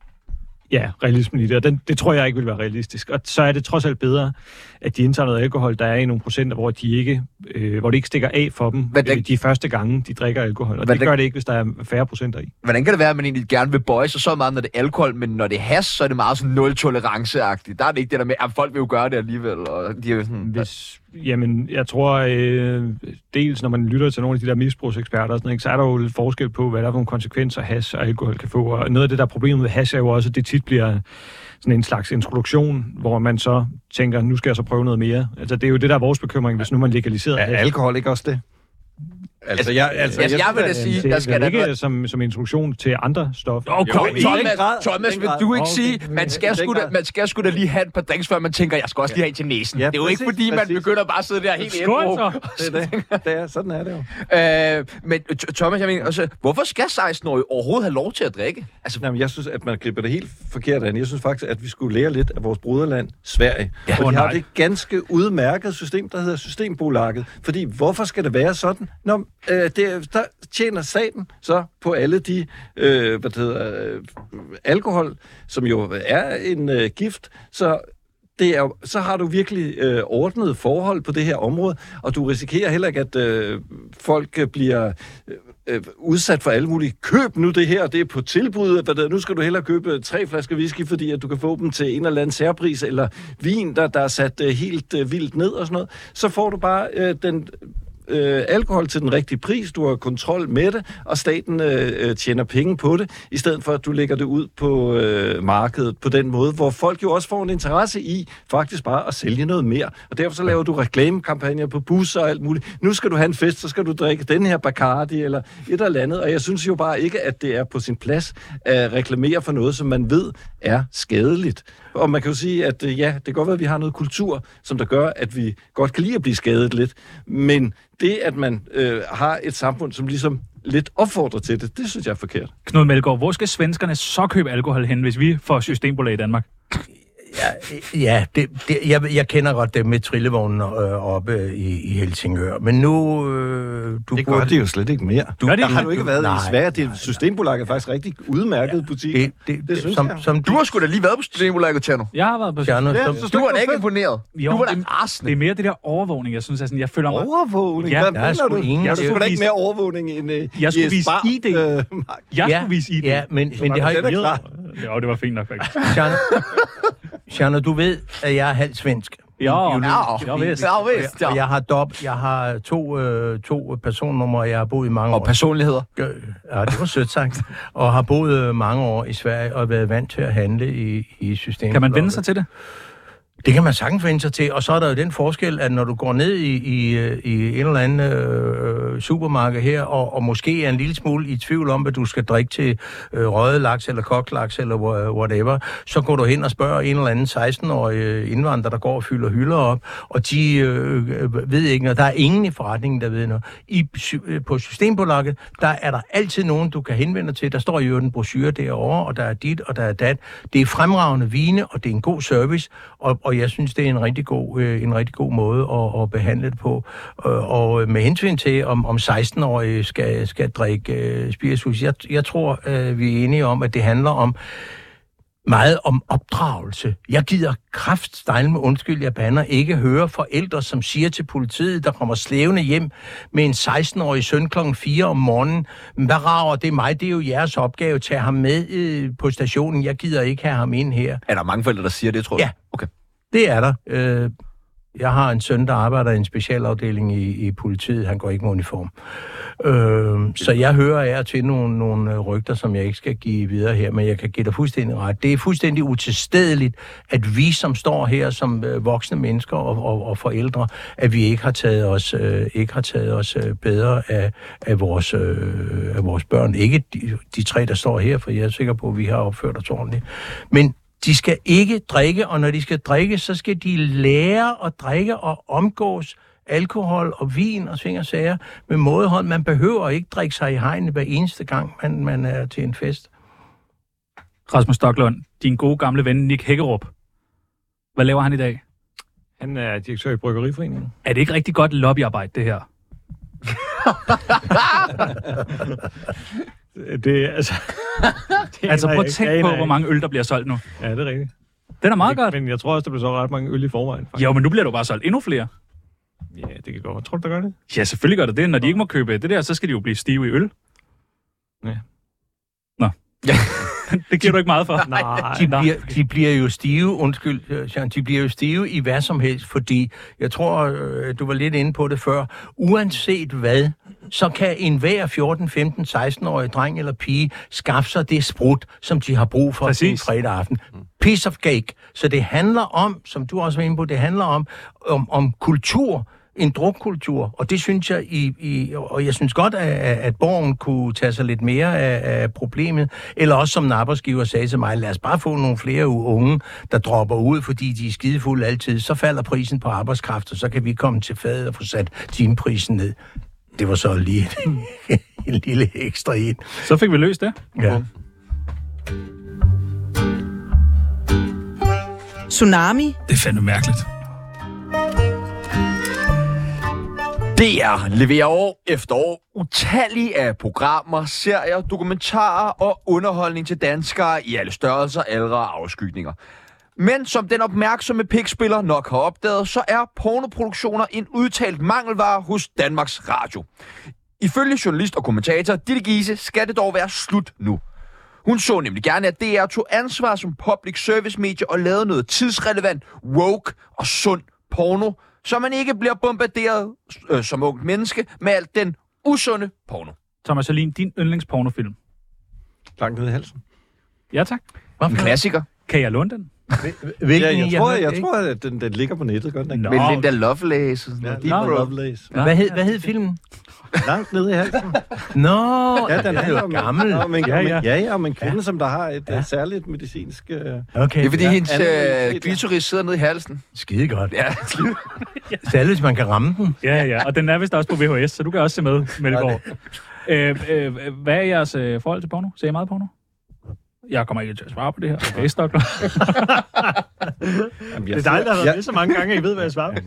[SPEAKER 4] ja, realismen i det, og den, det tror jeg ikke vil være realistisk. Og så er det trods alt bedre, at de indtager noget alkohol, der er i nogle procenter, hvor, de ikke, øh, hvor det ikke stikker af for dem
[SPEAKER 1] Hvordan-
[SPEAKER 4] øh, de første gange, de drikker alkohol. Og
[SPEAKER 1] Hvordan-
[SPEAKER 4] det gør det ikke, hvis der er færre procenter i.
[SPEAKER 1] hvordan kan det være, at man egentlig gerne vil bøje sig så meget, når det er alkohol, men når det er has, så er det meget sådan nul-tolerance-agtigt. Der er det ikke det der med, at folk vil jo gøre det alligevel. Og de er jo sådan,
[SPEAKER 4] Hvis, jamen, jeg tror, øh, dels når man lytter til nogle af de der misbrugseksperter, og sådan, ikke, så er der jo lidt forskel på, hvad der er for nogle konsekvenser, hash og alkohol kan få. Og noget af det, der er problemet med hash, er jo også, at det tit bliver sådan en slags introduktion, hvor man så tænker, nu skal jeg så prøve noget mere. Altså, det er jo det, der er vores bekymring, hvis nu man legaliserer
[SPEAKER 5] Er alkohol ikke også det? Altså, jeg, altså,
[SPEAKER 1] Altså, jeg vil da sige,
[SPEAKER 4] Øh, Det
[SPEAKER 1] der skal
[SPEAKER 4] er
[SPEAKER 1] der noget...
[SPEAKER 4] ikke som, som introduktion til andre stoffer.
[SPEAKER 2] Jo, kom
[SPEAKER 1] Thomas,
[SPEAKER 2] jo,
[SPEAKER 5] i den
[SPEAKER 1] Thomas,
[SPEAKER 5] grad,
[SPEAKER 1] Thomas
[SPEAKER 5] i den
[SPEAKER 1] vil
[SPEAKER 5] grad.
[SPEAKER 1] du ikke
[SPEAKER 4] Okay,
[SPEAKER 1] sige,
[SPEAKER 4] okay,
[SPEAKER 1] man
[SPEAKER 5] i
[SPEAKER 1] skal,
[SPEAKER 5] den
[SPEAKER 1] sgu da,
[SPEAKER 5] grad.
[SPEAKER 1] man skal sgu da lige have et par drinks, før man tænker, jeg skal også lige have en til næsen.
[SPEAKER 5] Ja,
[SPEAKER 1] det er jo ikke,
[SPEAKER 5] præcis,
[SPEAKER 1] fordi man
[SPEAKER 5] præcis.
[SPEAKER 1] begynder bare at sidde der helt ædru.
[SPEAKER 2] Skål så!
[SPEAKER 5] Det er det. det er, sådan er det jo.
[SPEAKER 1] *laughs* Øh, men øh, Th- Thomas, jeg mener, altså, hvorfor skal 16-årige overhovedet have lov til at drikke? Altså,
[SPEAKER 5] Nej, men jeg synes, at man griber det helt forkert an. Jeg synes faktisk, at vi skulle lære lidt af vores broderland, Sverige. Ja, og
[SPEAKER 2] åh,
[SPEAKER 5] de har
[SPEAKER 2] nej.
[SPEAKER 5] det ganske udmærket system, der hedder Systembolaget. Fordi hvorfor skal det være sådan? Nå, øh, der, der tjener staten så på alle de, øh, hvad det hedder, øh, alkohol, som jo er en øh, gift, så det er, jo- så har du virkelig øh, ordnet forhold på det her område, og du risikerer heller ikke, at øh, folk øh, bliver øh, øh, udsat for alle mulige køb nu det her, det er på tilbud, hvad der, nu skal du hellere købe øh, tre flasker whisky, fordi at du kan få dem til en eller anden særpris, eller vin, der, der er sat øh, helt øh, vildt ned og sådan noget, så får du bare øh, den øh, alkohol til den rigtige pris, du har kontrol med det, og staten øh, øh, tjener penge på det, i stedet for at du lægger det ud på øh, markedet på den måde, hvor folk jo også får en interesse i faktisk bare at sælge noget mere. Og derfor så laver du reklamekampagner på busser og alt muligt. Nu skal du have en fest, så skal du drikke den her Bacardi eller et eller andet. Og jeg synes jo bare ikke, at det er på sin plads at reklamere for noget, som man ved er skadeligt. Og man kan jo sige, at øh, ja, det kan godt være, at vi har noget kultur, som der gør, at vi godt kan lide at blive skadet lidt. Men det, at man øh, har et samfund, som ligesom lidt opfordrer til det, det synes jeg er forkert.
[SPEAKER 2] Knud Melgaard, hvor skal svenskerne så købe alkohol hen, hvis vi får systembolag i Danmark?
[SPEAKER 3] Ja, det, det, jeg, jeg kender godt det med trillevognen øh, oppe øh, i, i Helsingør, men nu... Øh, du
[SPEAKER 5] Det gør det jo slet ikke mere. Du,
[SPEAKER 2] Gør
[SPEAKER 5] der
[SPEAKER 2] det ikke?
[SPEAKER 5] har du ikke været
[SPEAKER 3] Nej,
[SPEAKER 5] i Sverige. Det er systembolag er faktisk rigtig udmærket ja, butik.
[SPEAKER 3] Det, det, det, det
[SPEAKER 5] synes
[SPEAKER 3] som,
[SPEAKER 5] jeg.
[SPEAKER 3] som
[SPEAKER 1] Du har sgu da lige været på Systembolaget, Tjerno.
[SPEAKER 2] Jeg har været på...
[SPEAKER 3] Tjerno,
[SPEAKER 5] Ja,
[SPEAKER 3] som,
[SPEAKER 5] så
[SPEAKER 1] Du
[SPEAKER 5] slet
[SPEAKER 1] var da ikke
[SPEAKER 5] noget
[SPEAKER 1] imponeret.
[SPEAKER 2] Jo,
[SPEAKER 1] du var da
[SPEAKER 2] det-
[SPEAKER 1] rasende.
[SPEAKER 2] Det er mere det der overvågning, jeg synes, altså, jeg føler
[SPEAKER 5] fedt.
[SPEAKER 2] mig...
[SPEAKER 5] Overvågning?
[SPEAKER 2] Ja,
[SPEAKER 5] Ja, Hvad
[SPEAKER 3] jeg er
[SPEAKER 5] mener
[SPEAKER 3] sgu
[SPEAKER 5] du?
[SPEAKER 3] enig.
[SPEAKER 5] Der er
[SPEAKER 3] Jeg
[SPEAKER 5] sgu
[SPEAKER 2] skulle
[SPEAKER 5] da
[SPEAKER 2] vise-
[SPEAKER 5] ikke mere overvågning end øh,
[SPEAKER 2] Jeg skulle vise ID.
[SPEAKER 5] Øh,
[SPEAKER 2] Jeg
[SPEAKER 3] ja,
[SPEAKER 2] skulle vise ID.
[SPEAKER 3] ja, men, men det har
[SPEAKER 5] den er
[SPEAKER 3] ikke...
[SPEAKER 5] klar.
[SPEAKER 2] Jo, det var fint nok,
[SPEAKER 3] *laughs*
[SPEAKER 2] faktisk.
[SPEAKER 3] Tjerno, Tjerno, du ved, at jeg er halvt svensk.
[SPEAKER 2] Jo,
[SPEAKER 1] Ja,
[SPEAKER 2] jeg vidste.
[SPEAKER 1] Ja, vist.
[SPEAKER 3] Og
[SPEAKER 1] Ja.
[SPEAKER 3] jeg har dob, jeg har to, øh, to personnumre, og jeg har boet i mange
[SPEAKER 1] Og
[SPEAKER 3] år.
[SPEAKER 1] personligheder.
[SPEAKER 3] Øh, Ja, det var sødt sagt. Og har boet øh, mange år i Sverige og været vant til at handle i, i systemet.
[SPEAKER 2] Kan man vende sig til det?
[SPEAKER 3] Det kan man sagtens vende sig til. Og så er der jo den forskel, at når du går ned i, i, øh, i en eller anden øh, supermarked her, og, og måske er en lille smule i tvivl om, hvad du skal drikke til øh, røget laks eller koklaks eller wha- whatever, så går du hen og spørger en eller anden 16-årig øh, indvandrer, der går og fylder hylder op, og de øh, øh, ved ikke noget. Der er ingen i forretningen, der ved noget. I, sy- øh, på Systembolaget, der er der altid nogen, du kan henvende dig til. Der står jo en brochure derovre, og der er dit, og der er dat. Det er fremragende vine, og det er en god service, og, og jeg synes, det er en rigtig god, øh, en rigtig god måde at, at behandle det på. Og, og med hensyn til, om, om 16-årige skal, skal drikke øh, spiritus, jeg, jeg tror, øh, vi er enige om, at det handler om meget om opdragelse. Jeg gider kraftstejl med undskyld, jeg bander ikke høre forældre, som siger til politiet, der kommer slævende hjem med en 16-årig søn kl. 4 om morgenen. "Men Hvad rager det er mig? Det er jo jeres opgave. Tag ham med øh, på stationen. Jeg gider ikke have ham ind her.
[SPEAKER 1] Er der mange forældre, der siger det, tror du?
[SPEAKER 3] Ja.
[SPEAKER 1] Okay.
[SPEAKER 3] Det er der. Øh, jeg har en søn, der arbejder i en specialafdeling i, i politiet. Han går ikke med uniform. Øh, så jeg hører af og til nogle, nogle øh, rygter, som jeg ikke skal give videre her, men jeg kan give dig fuldstændig ret. Det er fuldstændig utilstedeligt, at vi, som står her som øh, voksne mennesker og, og, og forældre, at vi ikke har taget os, øh, ikke har taget os øh, bedre af, af, vores, øh, af vores børn. Ikke de, de tre, der står her, for jeg er sikker på, at vi har opført os ordentligt. Men de skal ikke drikke, og når de skal drikke, så skal de lære at drikke og omgås alkohol og vin og ting og sager med mådehold. Man behøver ikke drikke sig i hegnet hver eneste gang, man, man er til en fest.
[SPEAKER 2] Rasmus Stocklund, din gode gamle ven Nick Hækkerup. Hvad laver han i dag?
[SPEAKER 4] Han er direktør i Bryggeriforeningen.
[SPEAKER 2] Er det ikke rigtig godt lobbyarbejde, det her?
[SPEAKER 4] Det, er- altså, *laughs* det
[SPEAKER 2] Altså
[SPEAKER 4] aner
[SPEAKER 2] prøv
[SPEAKER 4] jeg
[SPEAKER 2] at
[SPEAKER 4] ikke.
[SPEAKER 2] tænke
[SPEAKER 4] Det
[SPEAKER 2] på,
[SPEAKER 4] aner
[SPEAKER 2] hvor mange øl, der bliver solgt nu.
[SPEAKER 4] jeg ikke. Ja, det er rigtigt.
[SPEAKER 2] Den er meget godt.
[SPEAKER 4] Men jeg tror også, der blev så ret mange øl i forvejen. Faktisk.
[SPEAKER 2] Jo, men nu bliver du bare solgt endnu flere.
[SPEAKER 4] Ja, det kan godt. være. Tror du, der gør det?
[SPEAKER 2] Ja, selvfølgelig gør det det. Når de ikke må købe det der, så skal de jo blive stive i øl.
[SPEAKER 4] Ja.
[SPEAKER 2] Nå.
[SPEAKER 1] Ja.
[SPEAKER 2] *laughs* det giver du ikke meget for.
[SPEAKER 4] Nej.
[SPEAKER 3] De bliver, de bliver jo stive, undskyld, øh, Søren, de bliver jo stive i hvad som helst, fordi jeg tror, øh, du var lidt inde på det før, uanset hvad, så kan enhver 14, 15, 16-årig dreng eller pige skaffe sig det sprut, som de har brug for til en
[SPEAKER 2] Præcis.
[SPEAKER 3] fredag aften. Piece of cake. Så det handler om, som du også var inde på, det handler om, om, om kultur, en drukkultur, og det synes jeg, i, i, og jeg synes godt, at, at- at borgen kunne tage sig lidt mere af, af problemet, eller også som en arbejdsgiver sagde til mig, lad os bare få nogle flere u- unge, der dropper ud, fordi de er skidefulde altid, så falder prisen på arbejdskraft, og så kan vi komme til fadet og få sat timeprisen ned. Det var så lige en, *laughs* en lille ekstra ind.
[SPEAKER 2] Så fik vi løst det.
[SPEAKER 3] Ja.
[SPEAKER 8] Tsunami
[SPEAKER 2] Det er fandme mærkeligt.
[SPEAKER 1] DR leverer år efter år utallige af programmer, serier, dokumentarer og underholdning til danskere i alle størrelser, aldre og afskygninger. Men som den opmærksomme pikspiller nok har opdaget, så er pornoproduktioner en udtalt mangelvare hos Danmarks Radio. Ifølge journalist og kommentator Ditte Giese skal det dog være slut nu. Hun så nemlig gerne, at DR tog ansvar som public service medie og lavede noget tidsrelevant, woke og sund porno, så man ikke bliver bombarderet øh, som ungt menneske med alt den usunde porno.
[SPEAKER 2] Thomas Alin, din yndlingspornofilm.
[SPEAKER 5] Langt ned i halsen.
[SPEAKER 2] Ja tak.
[SPEAKER 1] En klassiker.
[SPEAKER 2] Kan jeg låne den?
[SPEAKER 3] Hvilken
[SPEAKER 5] Ja, jeg, tror, jeg,
[SPEAKER 3] hørte
[SPEAKER 5] jeg
[SPEAKER 3] ikke?
[SPEAKER 5] tror, at den, den ligger på nettet, gør den ikke?
[SPEAKER 2] Nå.
[SPEAKER 1] Med Linda Lovelace. og sådan
[SPEAKER 5] Ja,
[SPEAKER 1] noget.
[SPEAKER 5] Deep
[SPEAKER 2] Nå.
[SPEAKER 5] Lovelace.
[SPEAKER 3] Hvad hed, hvad hed filmen?
[SPEAKER 5] Langt ned i halsen.
[SPEAKER 3] Nå, ja,
[SPEAKER 5] *laughs*
[SPEAKER 3] den er
[SPEAKER 5] handler
[SPEAKER 3] jo
[SPEAKER 5] om-
[SPEAKER 3] gammel.
[SPEAKER 5] Om en,
[SPEAKER 2] Ja,
[SPEAKER 5] ja,
[SPEAKER 2] ja.
[SPEAKER 5] ja. ja, ja, om en kvinde, ja. som der har et ja. uh, særligt medicinsk... Uh,
[SPEAKER 3] Okay,
[SPEAKER 1] Det er fordi,
[SPEAKER 3] ja.
[SPEAKER 1] hendes øh,
[SPEAKER 5] Anonymitet, ja.
[SPEAKER 1] glitoris sidder nede i halsen.
[SPEAKER 3] Skide godt. Ja.
[SPEAKER 1] Ja.
[SPEAKER 3] Særligt, hvis man kan ramme den.
[SPEAKER 2] Ja, ja, og den er vist også på VHS, så du kan også se med, Melgaard. øh, øh, hvad er jeres øh, forhold til porno? Ser I meget porno? Jeg kommer ikke til at svare på det her. Okay, Stockler.
[SPEAKER 4] Det
[SPEAKER 5] jamen, jeg,
[SPEAKER 4] er dejligt, at der har været
[SPEAKER 5] jeg,
[SPEAKER 4] med så mange gange, at I ved, hvad jeg svarer på.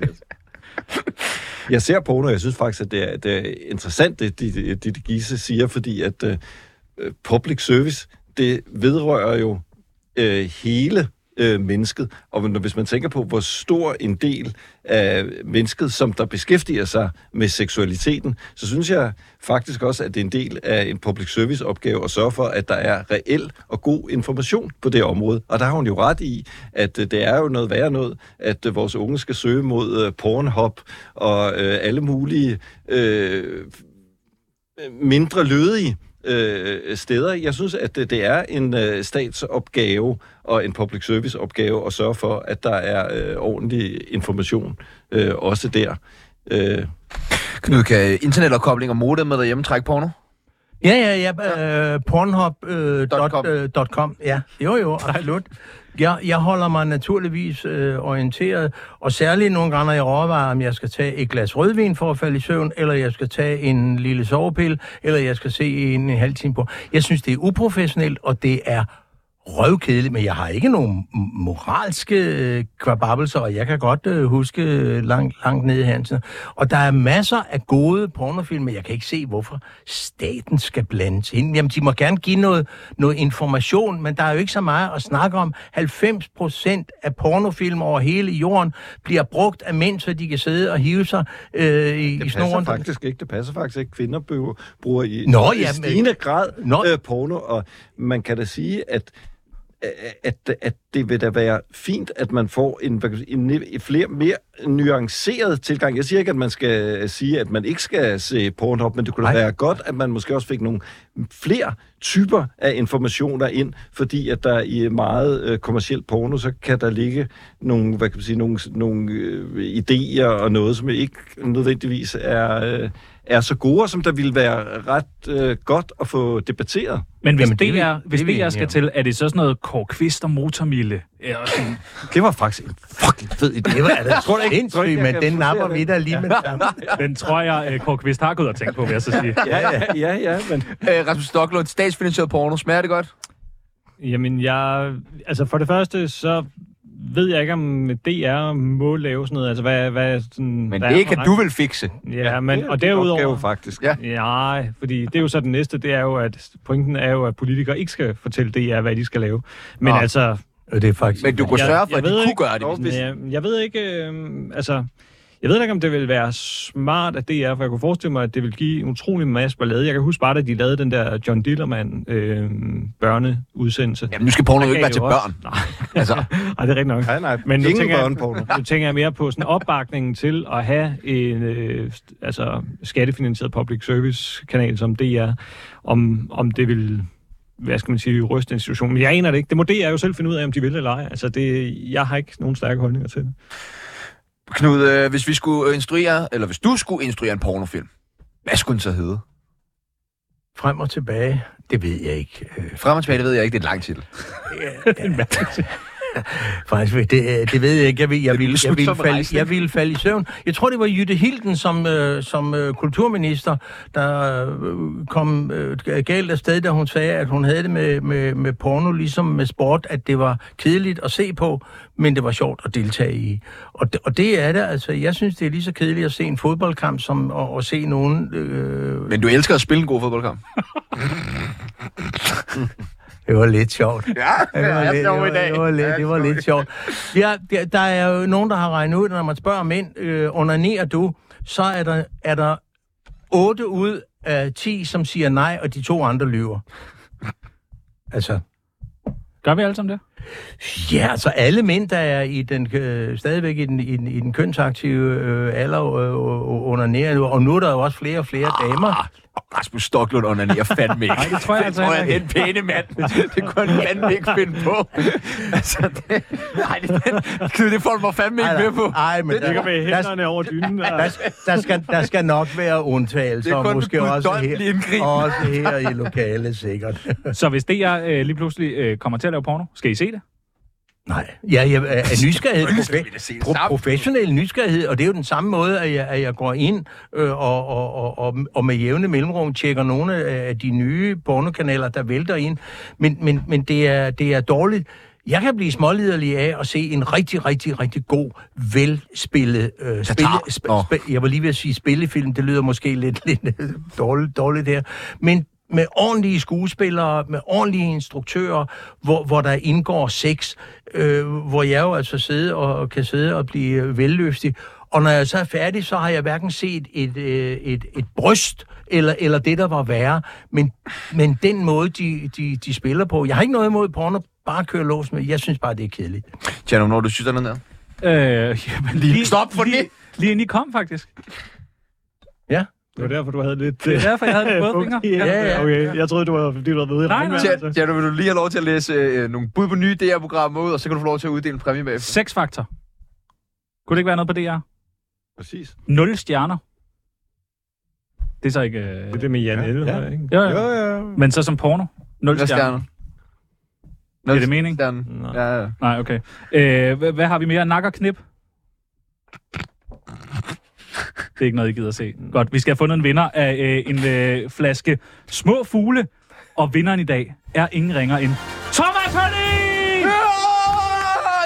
[SPEAKER 5] jeg ser porno, og jeg synes faktisk, at det er, det er interessant, det Ditte de, de Gise siger, fordi at uh, public service, det vedrører jo øh, hele øh, mennesket. Og når- hvis man tænker på, hvor stor en del af mennesket, som der beskæftiger sig med seksualiteten, så synes jeg faktisk også, at det er en del af en public service opgave at sørge for, at der er reel og god information på det område. Og der har hun jo ret i, at øh, det er jo noget værre noget, at øh, vores unge skal søge mod øh, Pornhub og øh, alle mulige øh, mindre lødige øh, steder. Jeg synes, at det, det er en øh, statsopgave og en public service opgave at sørge for, at der er øh, ordentlig information øh, også der. Øh,
[SPEAKER 1] *laughs* Knud, kan internetopkobling og modem med derhjemme trække porno?
[SPEAKER 3] Ja, ja, ja. Øh, Pornhub.com. Øh,
[SPEAKER 1] Dot com.
[SPEAKER 3] dot, øh, dot com. ja, jo, jo, absolut. Jeg, jeg holder mig naturligvis øh, orienteret, og særligt nogle gange, når jeg overvejer, om jeg skal tage et glas rødvin for at falde i søvn, eller jeg skal tage en lille sovepille, eller jeg skal se en, en halv time på. Jeg synes, det er uprofessionelt, og det er røvkedeligt, men jeg har ikke nogen m- moralske øh, kvababelser, og jeg kan godt øh, huske øh, langt, langt ned i Hansen. Og der er masser af gode pornofilm, men jeg kan ikke se, hvorfor staten skal blandes ind. Jamen, de må gerne give noget, noget information, men der er jo ikke så meget at snakke om. 90 procent af pornofilm over hele jorden bliver brugt af mænd, så de kan sidde og hive sig øh, i, i
[SPEAKER 5] det passer
[SPEAKER 3] snoren.
[SPEAKER 5] faktisk ikke. Det passer faktisk ikke. Kvinder bøger, bruger i,
[SPEAKER 3] Nå,
[SPEAKER 5] i
[SPEAKER 3] ja, men-
[SPEAKER 5] stigende grad
[SPEAKER 3] Nå.
[SPEAKER 5] Øh, porno, og man kan da sige, at at, at det vil da være fint, at man får en, hvad kan man sige, en, ne- en flere, mere nuanceret tilgang. Jeg siger ikke, at man skal sige, at man ikke skal se Pornhub, men det kunne da
[SPEAKER 3] Nej.
[SPEAKER 5] være godt, at man måske også fik nogle flere typer af informationer ind, fordi at der i meget øh, kommersiel porno, så kan der ligge nogle, hvad kan man sige, nogle, nogle øh, idéer og noget, som ikke nødvendigvis er, øh, er så gode, som der ville være ret øh, godt at få debatteret.
[SPEAKER 2] Men hvis
[SPEAKER 3] Jamen, det er vi-
[SPEAKER 2] DR, hvis
[SPEAKER 3] det er vi
[SPEAKER 2] DR
[SPEAKER 3] enige
[SPEAKER 2] skal
[SPEAKER 3] om.
[SPEAKER 2] til, er det så sådan noget Kåre Kvist og Motormille? Ja, og sådan-
[SPEAKER 5] Det var faktisk en fucking fed idé.
[SPEAKER 3] Det var da
[SPEAKER 5] Tror du ikke- tror du
[SPEAKER 3] sindssygt,
[SPEAKER 5] ikke,
[SPEAKER 3] men
[SPEAKER 5] jeg
[SPEAKER 3] den
[SPEAKER 5] kan
[SPEAKER 3] napper
[SPEAKER 5] forsere
[SPEAKER 3] vi
[SPEAKER 5] det?
[SPEAKER 3] da lige med det samme.
[SPEAKER 2] Den tror jeg, øh, Kåre Kvist har gået og tænkt på, vil jeg så sige.
[SPEAKER 5] Ja, ja, ja, ja, *laughs* men
[SPEAKER 1] Øh, Rasmus Stocklund, statsfinansieret porno. Smager det godt?
[SPEAKER 4] Jamen, jeg, altså for det første, så ved jeg ikke, om DR må lave sådan noget. Altså, hvad, hvad sådan,
[SPEAKER 1] Men det kan du vel fikse.
[SPEAKER 4] Ja, men,
[SPEAKER 5] er
[SPEAKER 4] og
[SPEAKER 5] din opgave,
[SPEAKER 4] derudover...
[SPEAKER 5] faktisk.
[SPEAKER 1] Ja.
[SPEAKER 4] Nej, fordi det er jo så den næste, det er jo, at pointen er jo, at politikere ikke skal fortælle DR, hvad de skal lave. Men
[SPEAKER 1] Nå.
[SPEAKER 4] altså,
[SPEAKER 3] Og det er faktisk...
[SPEAKER 1] Men du kunne
[SPEAKER 4] Jeg-
[SPEAKER 1] sørge for,
[SPEAKER 4] jeg
[SPEAKER 1] at de
[SPEAKER 4] ved
[SPEAKER 1] kunne
[SPEAKER 4] ikke,
[SPEAKER 1] gøre det.
[SPEAKER 5] dog.
[SPEAKER 1] hvis-
[SPEAKER 5] Hvis-
[SPEAKER 4] jeg, jeg ved ikke, øhm, altså, jeg ved ikke, om det ville være smart, at det er, for jeg kunne forestille mig, at det ville give en utrolig masse ballade. Jeg kan huske bare, da de lavede den der John Dillermand øh, børneudsendelse.
[SPEAKER 1] Jamen, nu skal porno jo ikke
[SPEAKER 4] kan
[SPEAKER 1] være til
[SPEAKER 4] jo også-
[SPEAKER 1] børn.
[SPEAKER 4] Nej,
[SPEAKER 1] Altså,
[SPEAKER 4] *laughs* ej, det er rigtigt nok.
[SPEAKER 5] Nej, nej,
[SPEAKER 4] Men nu
[SPEAKER 5] ingen
[SPEAKER 4] tænker,
[SPEAKER 5] børneporno.
[SPEAKER 4] jeg, *laughs* nu tænker jeg mere på sådan opbakningen til at have en øh, st- altså, skattefinansieret public service kanal som DR, om, om det vil hvad skal man sige, ryste institutionen. Men jeg aner det ikke. Det må DR jo selv finde ud af, om de vil eller ej. Altså, det, jeg har ikke nogen stærke holdninger til det.
[SPEAKER 1] Knud, øh, hvis vi skulle øh, instruere, eller hvis du skulle instruere en pornofilm, hvad skulle den så hedde?
[SPEAKER 3] Frem og tilbage, det ved jeg ikke. Øh, *laughs*
[SPEAKER 1] Frem og tilbage, det ved jeg ikke, det er en lang titel.
[SPEAKER 3] ja, Faktisk, det, øh, det ved jeg ikke. Jeg, vil, jeg, ville, jeg, ville
[SPEAKER 1] beslutsomme
[SPEAKER 3] falde,
[SPEAKER 1] rejsning.
[SPEAKER 3] jeg ville falde i søvn. Jeg tror, det var Jytte Hilden som, øh, som øh, kulturminister, der øh, kom øh, galt af sted, da hun sagde, at hun havde det med, med, med porno, ligesom med sport, at det var kedeligt at se på, men det var sjovt at deltage i. Og det, og det er det. Altså, jeg synes, det er lige så kedeligt at se en fodboldkamp, som at, at se nogen... Øh,
[SPEAKER 1] Men du elsker at spille en god fodboldkamp.
[SPEAKER 3] det var lidt sjovt.
[SPEAKER 1] Ja,
[SPEAKER 3] *laughs* Det var, lidt, det, var, det, var lidt, det var lidt sjovt. Ja, der, der er jo nogen, der har regnet ud, når man spørger mænd, øh, onanerer du, så er der, er der 8 ud af 10, som siger nej, og de to andre lyver. Altså,
[SPEAKER 2] Gør vi alle sammen det?
[SPEAKER 3] ja, altså alle mænd, der er i den, øh, stadigvæk i den, i den, i den kønsaktive øh, alder, øh, øh, onanerer nu, og nu er der jo også flere og flere damer.
[SPEAKER 1] Rasmus Stocklund onanerer fandme ikke. Nej,
[SPEAKER 2] det tror jeg altså
[SPEAKER 1] tror jeg,
[SPEAKER 2] heller
[SPEAKER 1] det er en pæne mand. Det kunne han fandme ikke finde på. altså, det, nej, det, det, det får du mig fandme ikke med på.
[SPEAKER 3] Ej, men
[SPEAKER 4] Ligger
[SPEAKER 3] der,
[SPEAKER 4] med
[SPEAKER 3] der,
[SPEAKER 4] hænderne over dynen. Og...
[SPEAKER 3] Der, skal- der, skal, der skal nok være undtagelser,
[SPEAKER 1] Det er kun
[SPEAKER 3] og måske
[SPEAKER 1] en
[SPEAKER 3] også
[SPEAKER 1] guddommelig
[SPEAKER 3] her,
[SPEAKER 1] indgriben.
[SPEAKER 3] også her i lokalet sikkert.
[SPEAKER 2] Så hvis det jeg øh, lige pludselig øh, kommer til at lave porno, skal I se det?
[SPEAKER 3] Nej, ja, jeg
[SPEAKER 1] *laughs*
[SPEAKER 3] er nysgerrighed,
[SPEAKER 1] Selvfølgelig skal vi da se
[SPEAKER 3] profe-
[SPEAKER 1] det
[SPEAKER 3] pro-
[SPEAKER 1] sammen.
[SPEAKER 3] professionel nysgerrighed, og det er jo den samme måde, at jeg, at jeg går ind øh, og, og, og, og, og med jævne mellemrum tjekker nogle af af de nye pornokanaler, der vælter ind. Men, men, men det, er, det er dårligt. Jeg kan blive småliderlig af at se en rigtig, rigtig, rigtig god, velspillet øh, spille,
[SPEAKER 1] Tatar.
[SPEAKER 3] sp-
[SPEAKER 1] Nå.
[SPEAKER 3] sp- jeg var lige ved at sige spillefilm, det lyder måske lidt, lidt *laughs* øh, dårligt, dårligt her, men med ordentlige skuespillere, med ordentlige instruktører, hvor, hvor der indgår sex, øh, hvor jeg jo altså sidder og kan sidde og blive øh, velløftig. Og når jeg så er færdig, så har jeg hverken set et, øh, et, et bryst, eller, eller det, der var værre. Men, men den måde, de, de, de spiller på... Jeg har ikke noget imod porno, bare køre lås med. Jeg synes bare, det er kedeligt.
[SPEAKER 1] Tjerno, når du synes, der er noget
[SPEAKER 2] Øh, jamen, lige,
[SPEAKER 1] Stop for
[SPEAKER 2] lige,
[SPEAKER 1] det!
[SPEAKER 2] Lige inden I kom, faktisk.
[SPEAKER 4] Det var derfor, du havde lidt... øh,
[SPEAKER 2] Det er derfor, jeg
[SPEAKER 4] *laughs*
[SPEAKER 2] havde både fingre.
[SPEAKER 4] Ja,
[SPEAKER 3] Ja, ja.
[SPEAKER 4] ja, okay. Jeg troede, du var, fordi du var ved at
[SPEAKER 2] Nej,
[SPEAKER 4] regne med.
[SPEAKER 2] nej.
[SPEAKER 1] der? Tjerno, vil du lige have lov til at læse øh, nogle bud på nye DR-programmer ud, og så kan du få lov til at uddele en præmie bagefter.
[SPEAKER 2] Sexfaktor. Kunne det ikke være noget på DR?
[SPEAKER 5] Præcis.
[SPEAKER 2] Nul stjerner. Det er så ikke... Øh...
[SPEAKER 4] Det er det med Jan ja,
[SPEAKER 3] ja.
[SPEAKER 4] ja. ikke?
[SPEAKER 2] Jo,
[SPEAKER 5] Jo,
[SPEAKER 2] jo.
[SPEAKER 5] ja.
[SPEAKER 2] Men så som porno? Nul
[SPEAKER 1] Hvad
[SPEAKER 2] stjerner.
[SPEAKER 1] stjerner?
[SPEAKER 2] Giver det mening?
[SPEAKER 1] Stjerner.
[SPEAKER 4] Nej.
[SPEAKER 1] Ja, ja.
[SPEAKER 2] Nej, okay. Øh, hvad, hvad har vi mere? Nak og knip? Det er ikke noget, I gider at se. Godt, vi skal have fundet en vinder af øh, en øh, flaske små fugle. Og vinderen i dag er ingen ringer end Thomas Hørlin!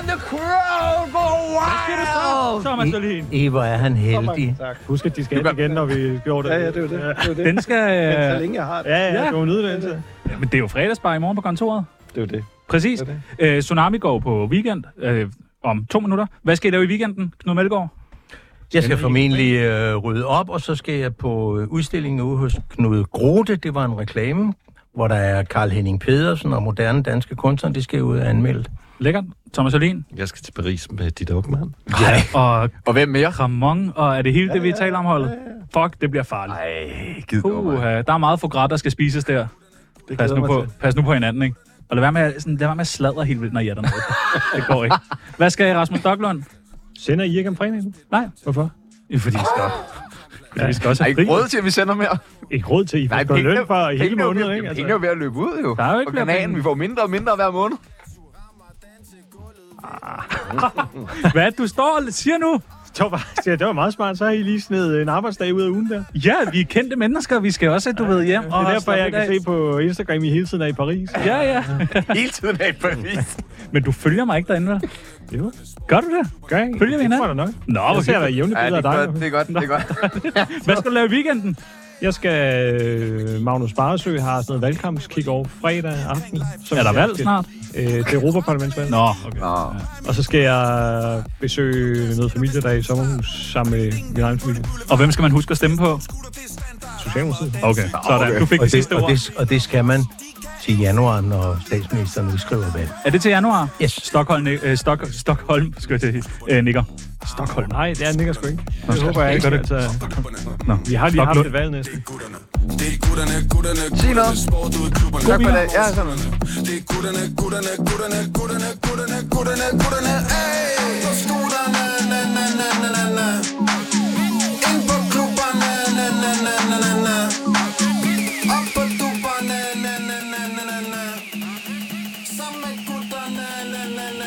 [SPEAKER 1] The crowd for wild!
[SPEAKER 2] Thomas Hørlin.
[SPEAKER 3] I, hvor er han heldig.
[SPEAKER 4] Tak. Husk, at de skal ind igen, når vi gjorde det.
[SPEAKER 5] Ja, ja, det var det. det, var det.
[SPEAKER 2] Den
[SPEAKER 5] *laughs*
[SPEAKER 2] skal...
[SPEAKER 5] Så
[SPEAKER 2] Øh,
[SPEAKER 5] længe jeg har det.
[SPEAKER 4] Ja, ja,
[SPEAKER 2] Ja.
[SPEAKER 4] du var nyde det indtil.
[SPEAKER 2] men det er jo fredagsbar i morgen på kontoret.
[SPEAKER 5] Det var det.
[SPEAKER 2] Præcis.
[SPEAKER 5] Det er det.
[SPEAKER 2] Øh, tsunami går på weekend øh, om to minutter. Hvad skal I lave i weekenden, Knud Melgaard?
[SPEAKER 3] Jeg skal formentlig øh, rydde op, og så skal jeg på øh, udstillingen ude hos Knud Grote. Det var en reklame, hvor der er Karl Henning Pedersen og moderne danske kunstnere. Det skal jeg ud og anmelde.
[SPEAKER 2] Lækkert. Thomas Hørlin
[SPEAKER 5] Jeg skal til Paris med dit opmand.
[SPEAKER 2] og
[SPEAKER 1] Og hvem mere?
[SPEAKER 2] Ramon, og er det hele det, vi taler om holdet? Fuck, det bliver farligt.
[SPEAKER 1] Ej, gid dog mig.
[SPEAKER 2] Uh, der er meget for græt, der skal spises der.
[SPEAKER 5] Det
[SPEAKER 2] Pas
[SPEAKER 5] glæder
[SPEAKER 2] nu,
[SPEAKER 5] mig
[SPEAKER 2] på,
[SPEAKER 5] til.
[SPEAKER 2] pas nu på hinanden, ikke? Og lad være med, at- sådan, lad være med at sladre helt vildt, når I er dernede. det går ikke. Hvad skal I, Rasmus Stoklund?
[SPEAKER 4] Sender I ikke om fredagen?
[SPEAKER 2] Nej,
[SPEAKER 4] Hvorfor?
[SPEAKER 2] fordi I skal, fordi I skal også
[SPEAKER 1] Der er
[SPEAKER 2] have fri.
[SPEAKER 1] ikke råd til, at vi sender mere.
[SPEAKER 4] Ikke råd til, I får gået løn for i hele
[SPEAKER 1] pengene er jo ved-
[SPEAKER 4] måneden, ikke? Altså,
[SPEAKER 1] Pengene er jo ved at løbe ud, jo.
[SPEAKER 2] Der er jo ikke
[SPEAKER 1] På
[SPEAKER 2] flere
[SPEAKER 1] kanalen,
[SPEAKER 2] penge.
[SPEAKER 1] vi får mindre og mindre hver måned.
[SPEAKER 2] Hvad er det, du står og siger nu?
[SPEAKER 4] det, var, bare- ja, det var meget smart. Så har I lige snedet en arbejdsdag ud af ugen der.
[SPEAKER 2] Ja, vi er kendte mennesker, vi skal også, du ved, hjem.
[SPEAKER 4] Det er derfor, jeg kan se på Instagram, I hele tiden er i Paris.
[SPEAKER 2] Ja, ja.
[SPEAKER 1] Hele tiden er i Paris.
[SPEAKER 2] Men du følger mig ikke derinde, vel? Jo. Gør du det?
[SPEAKER 4] Gør I?
[SPEAKER 2] Følger vi
[SPEAKER 4] Det tror
[SPEAKER 2] hinanden?
[SPEAKER 4] jeg da nok.
[SPEAKER 2] Nå, hvor
[SPEAKER 4] Jeg ser
[SPEAKER 2] hyggeligt.
[SPEAKER 4] dig jævne
[SPEAKER 1] Ja, det
[SPEAKER 4] billeder
[SPEAKER 1] er
[SPEAKER 4] af dig.
[SPEAKER 1] godt, det er godt, det er godt.
[SPEAKER 2] Hvad skal du lave i weekenden?
[SPEAKER 4] Jeg skal... øh, Magnus Baresø har sådan noget valgkampskick over fredag aften. Så
[SPEAKER 2] Er der valg snart?
[SPEAKER 4] Øh, det er Europaparlamentsvalg.
[SPEAKER 2] Nå, okay.
[SPEAKER 1] Nå,
[SPEAKER 4] Og så skal jeg besøge noget familie, der er i sommerhus sammen med min egen familie.
[SPEAKER 2] Og hvem skal man huske at stemme på?
[SPEAKER 4] Socialdemokratiet.
[SPEAKER 2] Okay, sådan. Du fik
[SPEAKER 3] Og
[SPEAKER 2] det
[SPEAKER 3] det,
[SPEAKER 2] sidste
[SPEAKER 3] og,
[SPEAKER 2] ord.
[SPEAKER 3] det, og det skal man til januar, når statsministeren udskriver valg.
[SPEAKER 2] Er det til januar?
[SPEAKER 3] Yes.
[SPEAKER 2] Stockholm, øh, Stok, Stockholm, skal jeg til at sige. Øh, nikker. Stockholm.
[SPEAKER 4] Nej, det er Nikker sgu ikke. Det håber jeg ikke. Altså,
[SPEAKER 2] Nå.
[SPEAKER 4] vi har lige
[SPEAKER 2] Nok
[SPEAKER 4] haft
[SPEAKER 2] lund.
[SPEAKER 4] et valg næsten.
[SPEAKER 8] Det er gutterne, gutterne,
[SPEAKER 1] sig noget.
[SPEAKER 8] sport ud i klubberne.
[SPEAKER 1] Tak for det. Ja, sådan.
[SPEAKER 8] Det er gutterne, gutterne, gutterne, gutterne, gutterne, gutterne, gutterne, ey.